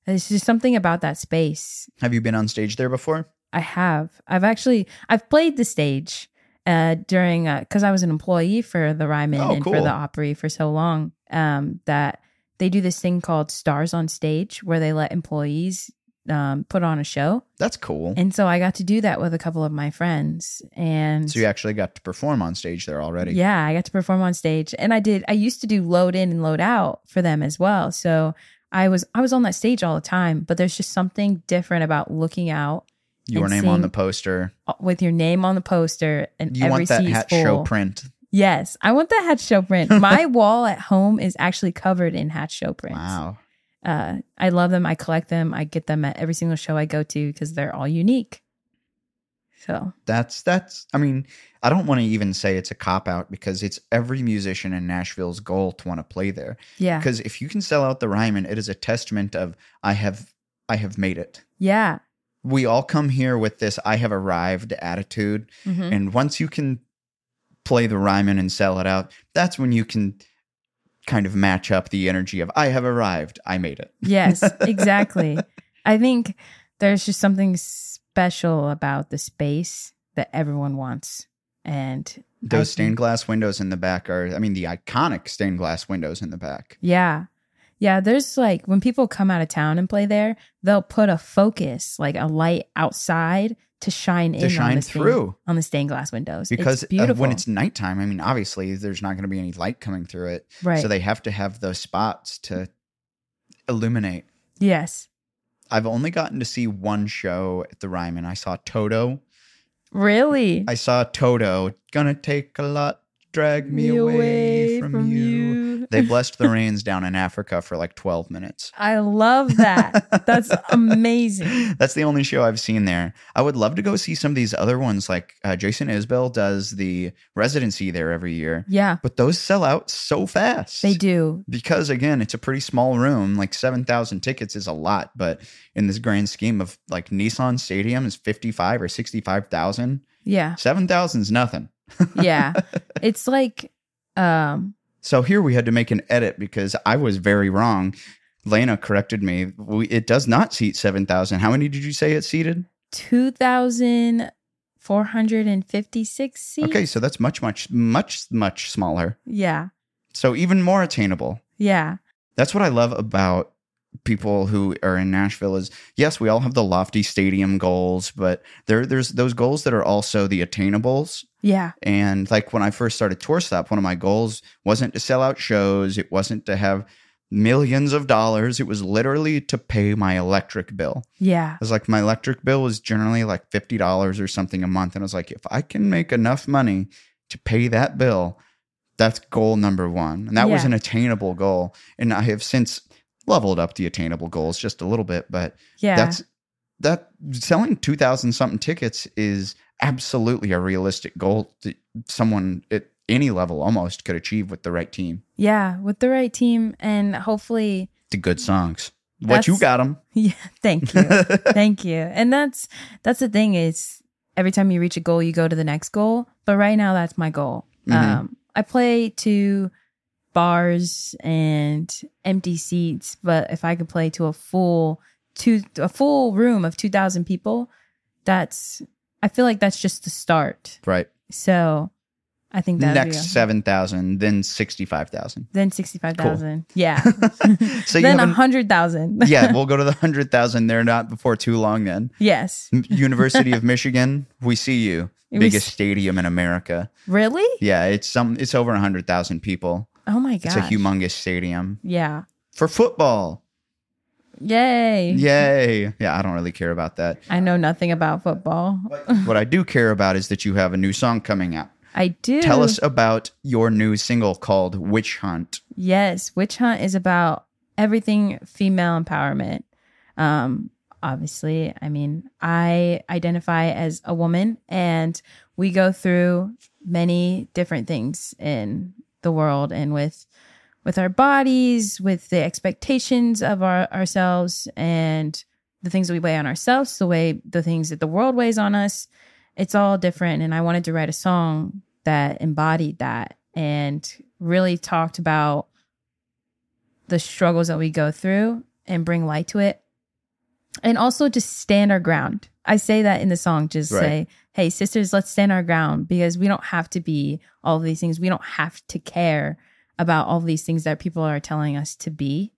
Speaker 2: It's just something about that space.
Speaker 1: Have you been on stage there before?
Speaker 2: I have. I've actually I've played the stage uh, during because I was an employee for the Ryman
Speaker 1: Oh,
Speaker 2: and for
Speaker 1: cool.
Speaker 2: the Opry for so long um, that they do this thing called Stars on Stage where they let employees um, put on a show,
Speaker 1: That's cool.
Speaker 2: and so I got to do that with a couple of my friends. And
Speaker 1: so you actually got to perform on stage there already.
Speaker 2: Yeah, I got to perform on stage, and I did. I used to do load in and load out for them as well. So I was I was on that stage all the time. But there's just something different about looking out
Speaker 1: Your
Speaker 2: and
Speaker 1: name on
Speaker 2: seeing-
Speaker 1: the poster.
Speaker 2: with your name on the poster and
Speaker 1: You
Speaker 2: every
Speaker 1: want that
Speaker 2: seat is
Speaker 1: hat
Speaker 2: full.
Speaker 1: show print.
Speaker 2: Yes, I want that hat show print. My wall at home is actually covered in hat show prints.
Speaker 1: Wow.
Speaker 2: Uh, I love them. I collect them. I get them at every single show I go to because they're all unique. So
Speaker 1: That's that's I mean, I don't want to even say it's a cop out because it's every musician in Nashville's goal to want to play there.
Speaker 2: yeah,
Speaker 1: Because if you can sell out the Ryman, it is a testament of I have I have made it.
Speaker 2: yeah,
Speaker 1: We all come here with this I have arrived attitude.
Speaker 2: Mhm.
Speaker 1: And once you can play the Ryman and sell it out, that's when you can kind of match up the energy of I have arrived, I made it.
Speaker 2: Yes, exactly. I think there's just something special about the space that everyone wants. And
Speaker 1: Those
Speaker 2: I
Speaker 1: stained
Speaker 2: think-
Speaker 1: glass windows in the back are I mean the iconic stained glass windows in the back.
Speaker 2: yeah. Yeah, there's like when people come out of town and play there, they'll put a focus, like a light outside to shine in
Speaker 1: To
Speaker 2: on
Speaker 1: shine
Speaker 2: the stain-
Speaker 1: through.
Speaker 2: on the stained glass windows.
Speaker 1: because
Speaker 2: it's
Speaker 1: uh,
Speaker 2: beautiful.
Speaker 1: when it's nighttime, I mean, obviously there's not going to be any light coming through it,
Speaker 2: right.
Speaker 1: so they have to have those spots to illuminate.
Speaker 2: yes.
Speaker 1: I've only gotten to see one show at the Ryman. I saw Toto.
Speaker 2: Really?
Speaker 1: I saw Toto. Gonna take a lot, drag me, away, from, you. They blessed the rains down in Africa for like 12 minutes.
Speaker 2: I love that. That's amazing.
Speaker 1: That's the only show I've seen there. I would love to go see some of these other ones. Like uh, Jason Isbell does the residency there every year,
Speaker 2: Yeah,
Speaker 1: but those sell out so fast.
Speaker 2: they do.
Speaker 1: because again it's a pretty small room like 7000 tickets is a lot but in this grand scheme of like nissan stadium is 55 or 65000
Speaker 2: Yeah.
Speaker 1: 7000 is nothing
Speaker 2: yeah it's like um
Speaker 1: so here we had to make an edit because i was very wrong lana corrected me we, it does not seat 7000 how many did you say it seated
Speaker 2: 2456 seats
Speaker 1: okay so that's much much much much smaller
Speaker 2: yeah
Speaker 1: so even more attainable
Speaker 2: yeah
Speaker 1: That's what I love about people who are in Nashville is yes, we all have the lofty stadium goals, but there there's those goals that are also the attainables.
Speaker 2: yeah
Speaker 1: And like when I first started Tour Stop, one of my goals wasn't to sell out shows, it wasn't to have millions of dollars, it was literally to pay my electric bill.
Speaker 2: yeah
Speaker 1: I was like my electric bill was generally like $50 or something a month and I was like if I can make enough money to pay that bill, that's goal number 1. And that was
Speaker 2: Yeah.
Speaker 1: an attainable goal and I have since leveled up the attainable goals just a little bit, but
Speaker 2: yeah
Speaker 1: that's that selling 2000 something tickets is absolutely a realistic goal that someone at any level almost could achieve with the right team.
Speaker 2: yeah with the right team and hopefully
Speaker 1: The good songs. What you
Speaker 2: That's-
Speaker 1: got them.
Speaker 2: yeah thank you thank you and that's that's the thing is every time you reach a goal you go to the next goal but right now that's my goal
Speaker 1: Mhm.
Speaker 2: um i play to bars and empty seats but if i could play to a full to a full room of 2000 people that's i feel like that's just the start
Speaker 1: right.
Speaker 2: so I think that
Speaker 1: Next 7,000, then 65,000.
Speaker 2: then sixty five thousand. Yeah.
Speaker 1: So you
Speaker 2: then a
Speaker 1: haven't-
Speaker 2: hundred thousand.
Speaker 1: yeah, we'll go to the 100,000 there not before too long then.
Speaker 2: yes.
Speaker 1: M- University of Michigan, we see you.
Speaker 2: It was-
Speaker 1: Biggest stadium in America.
Speaker 2: Really?
Speaker 1: Yeah, it's some it's over 100,000 people.
Speaker 2: Oh my god.
Speaker 1: It's a humongous stadium
Speaker 2: Yeah.
Speaker 1: for football.
Speaker 2: Yay.
Speaker 1: Yay. Yeah, I don't really care about that.
Speaker 2: I know nothing about football.
Speaker 1: what I do care about is that you have a new song coming out.
Speaker 2: I do.
Speaker 1: Tell us about your new single called Witch Hunt.
Speaker 2: Yes, Witch Hunt is about everything female empowerment. Um, obviously, I mean, I identify as a woman, and we go through many different things in the world and with with our bodies, with the expectations of our ourselves, and the things that we weigh on ourselves, the way the things that the world weighs on us. It's all different, and I wanted to write a song that embodied that and really talked about the struggles that we go through and bring light to it. And also just stand our ground. I say that in the song, just
Speaker 1: Right.
Speaker 2: say, hey, sisters, let's stand our ground because we don't have to be all of these things. We don't have to care about all these things that people are telling us to be.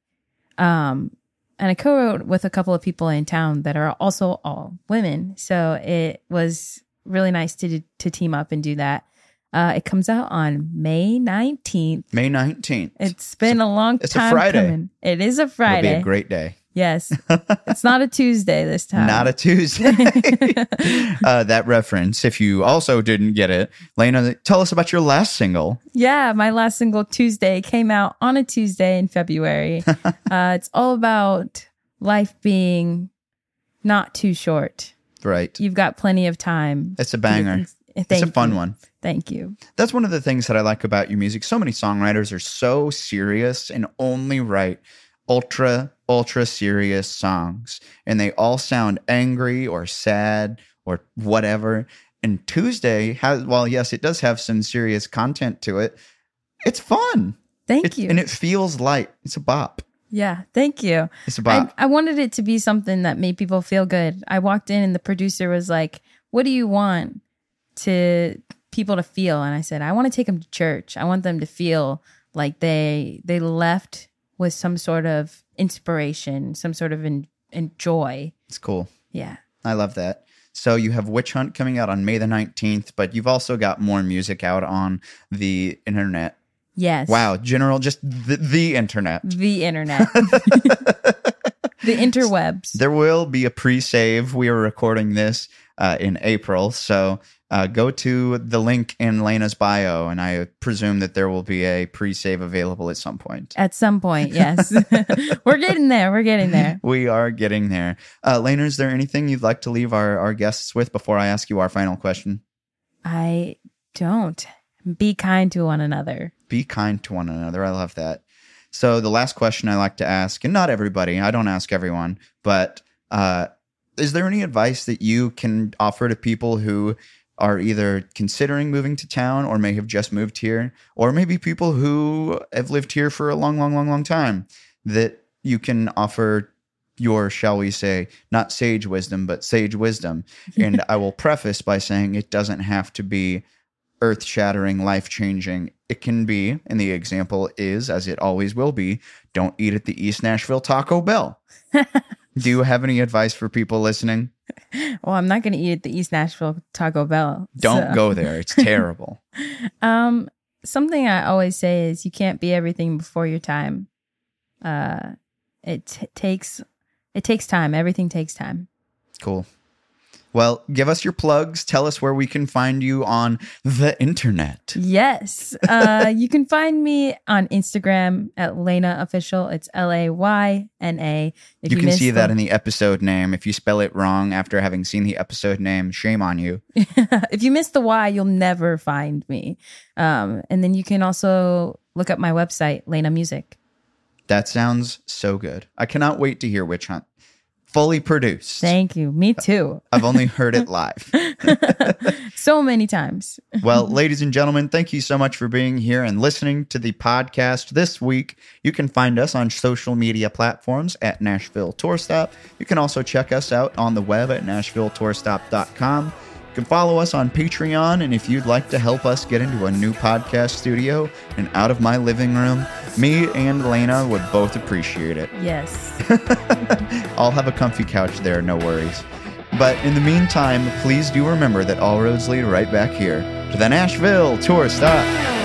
Speaker 2: Um, and I co wrote with a couple of people in town that are also all women. So it was really nice to, to team up and do that. Uh, it comes out on May 19th.
Speaker 1: May 19th.
Speaker 2: It's been a long
Speaker 1: it's a
Speaker 2: time
Speaker 1: Friday.
Speaker 2: coming. It is a
Speaker 1: It'll be
Speaker 2: Friday.
Speaker 1: a great day.
Speaker 2: yes. it's not a Tuesday this time.
Speaker 1: Not a Tuesday. uh, that reference, if you also didn't get it, Lena, tell us about your last single.
Speaker 2: Yeah, my last single Tuesday came out on a Tuesday in February. uh, it's all about life being not too short.
Speaker 1: Right.
Speaker 2: You've got plenty of time.
Speaker 1: It's a banger. It's
Speaker 2: Thank
Speaker 1: a fun
Speaker 2: you.
Speaker 1: one.
Speaker 2: Thank you.
Speaker 1: That's one of the things that I like about your music. So many songwriters are so serious and only write ultra, ultra serious songs, and they all sound angry or sad or whatever. And Tuesday has, while yes, it does have some serious content to it, it's fun.
Speaker 2: Thank
Speaker 1: It's-
Speaker 2: you.
Speaker 1: And it feels light. It's a bop.
Speaker 2: yeah, thank you.
Speaker 1: It's a
Speaker 2: I,
Speaker 1: bop.
Speaker 2: I wanted it to be something that made people feel good. I walked in and the producer was like, What do you want to people to feel? And I said, I want to take them to church. I want them to feel like they they left with some sort of inspiration, some sort of in, in joy.
Speaker 1: it's cool.
Speaker 2: Yeah.
Speaker 1: I love that. So you have Witch Hunt coming out on May the 19th, but you've also got more music out on the internet.
Speaker 2: Yes.
Speaker 1: Wow, general, just the, the internet.
Speaker 2: The internet. the interwebs.
Speaker 1: There will be a pre-save. We are recording this uh, in April, so uh, go to the link in Lena's bio, and I presume that there will be a pre-save available at some point.
Speaker 2: At some point, yes. We're getting there. We're getting there.
Speaker 1: We are getting there. Uh, Lena, is there anything you'd like to leave our, our guests with before I ask you our final question?
Speaker 2: I don't. Be kind to one another.
Speaker 1: Be kind to one another. I love that. So the last question I like to ask, and not everybody, I don't ask everyone, but uh, is there any advice that you can offer to people who are either considering moving to town or may have just moved here, or maybe people who have lived here for a long, long, long, long time that you can offer your, shall we say, not sage wisdom, but sage wisdom? And I will preface by saying it doesn't have to be earth shattering, life changing. It can be, and the example is, as it always will be, don't eat at the East Nashville Taco Bell. Do you have any advice for people listening?
Speaker 2: Well, I'm not going to eat at the East Nashville Taco Bell.
Speaker 1: Don't
Speaker 2: so-
Speaker 1: go there. It's terrible.
Speaker 2: Um, something I always say is you can't be everything before your time. Uh, it t- takes it takes time. Everything takes time.
Speaker 1: cool. Well, give us your plugs. Tell us where we can find you on the internet.
Speaker 2: Yes. Uh, you can find me on Instagram at Lena Official. It's L A Y N A.
Speaker 1: You can see that in the episode name. If you spell it wrong after having seen the episode name, shame on you.
Speaker 2: if you miss the why, you'll never find me. Um, and then you can also look up my website, Lena Music.
Speaker 1: That sounds so good. I cannot wait to hear Witch Hunt fully produced.
Speaker 2: Thank you. Me too.
Speaker 1: I've only heard it live.
Speaker 2: so many times.
Speaker 1: Well, ladies and gentlemen, thank you so much for being here and listening to the podcast this week. You can find us on social media platforms at Nashville Tour Stop. You can also check us out on the web at NashvilleTourStop.com. You can follow us on Patreon, and if you'd like to help us get into a new podcast studio and out of my living room, me and Lena would both appreciate it.
Speaker 2: Yes.
Speaker 1: I'll have a comfy couch there, no worries. But in the meantime, please do remember that all roads lead right back here to the Nashville tour stop.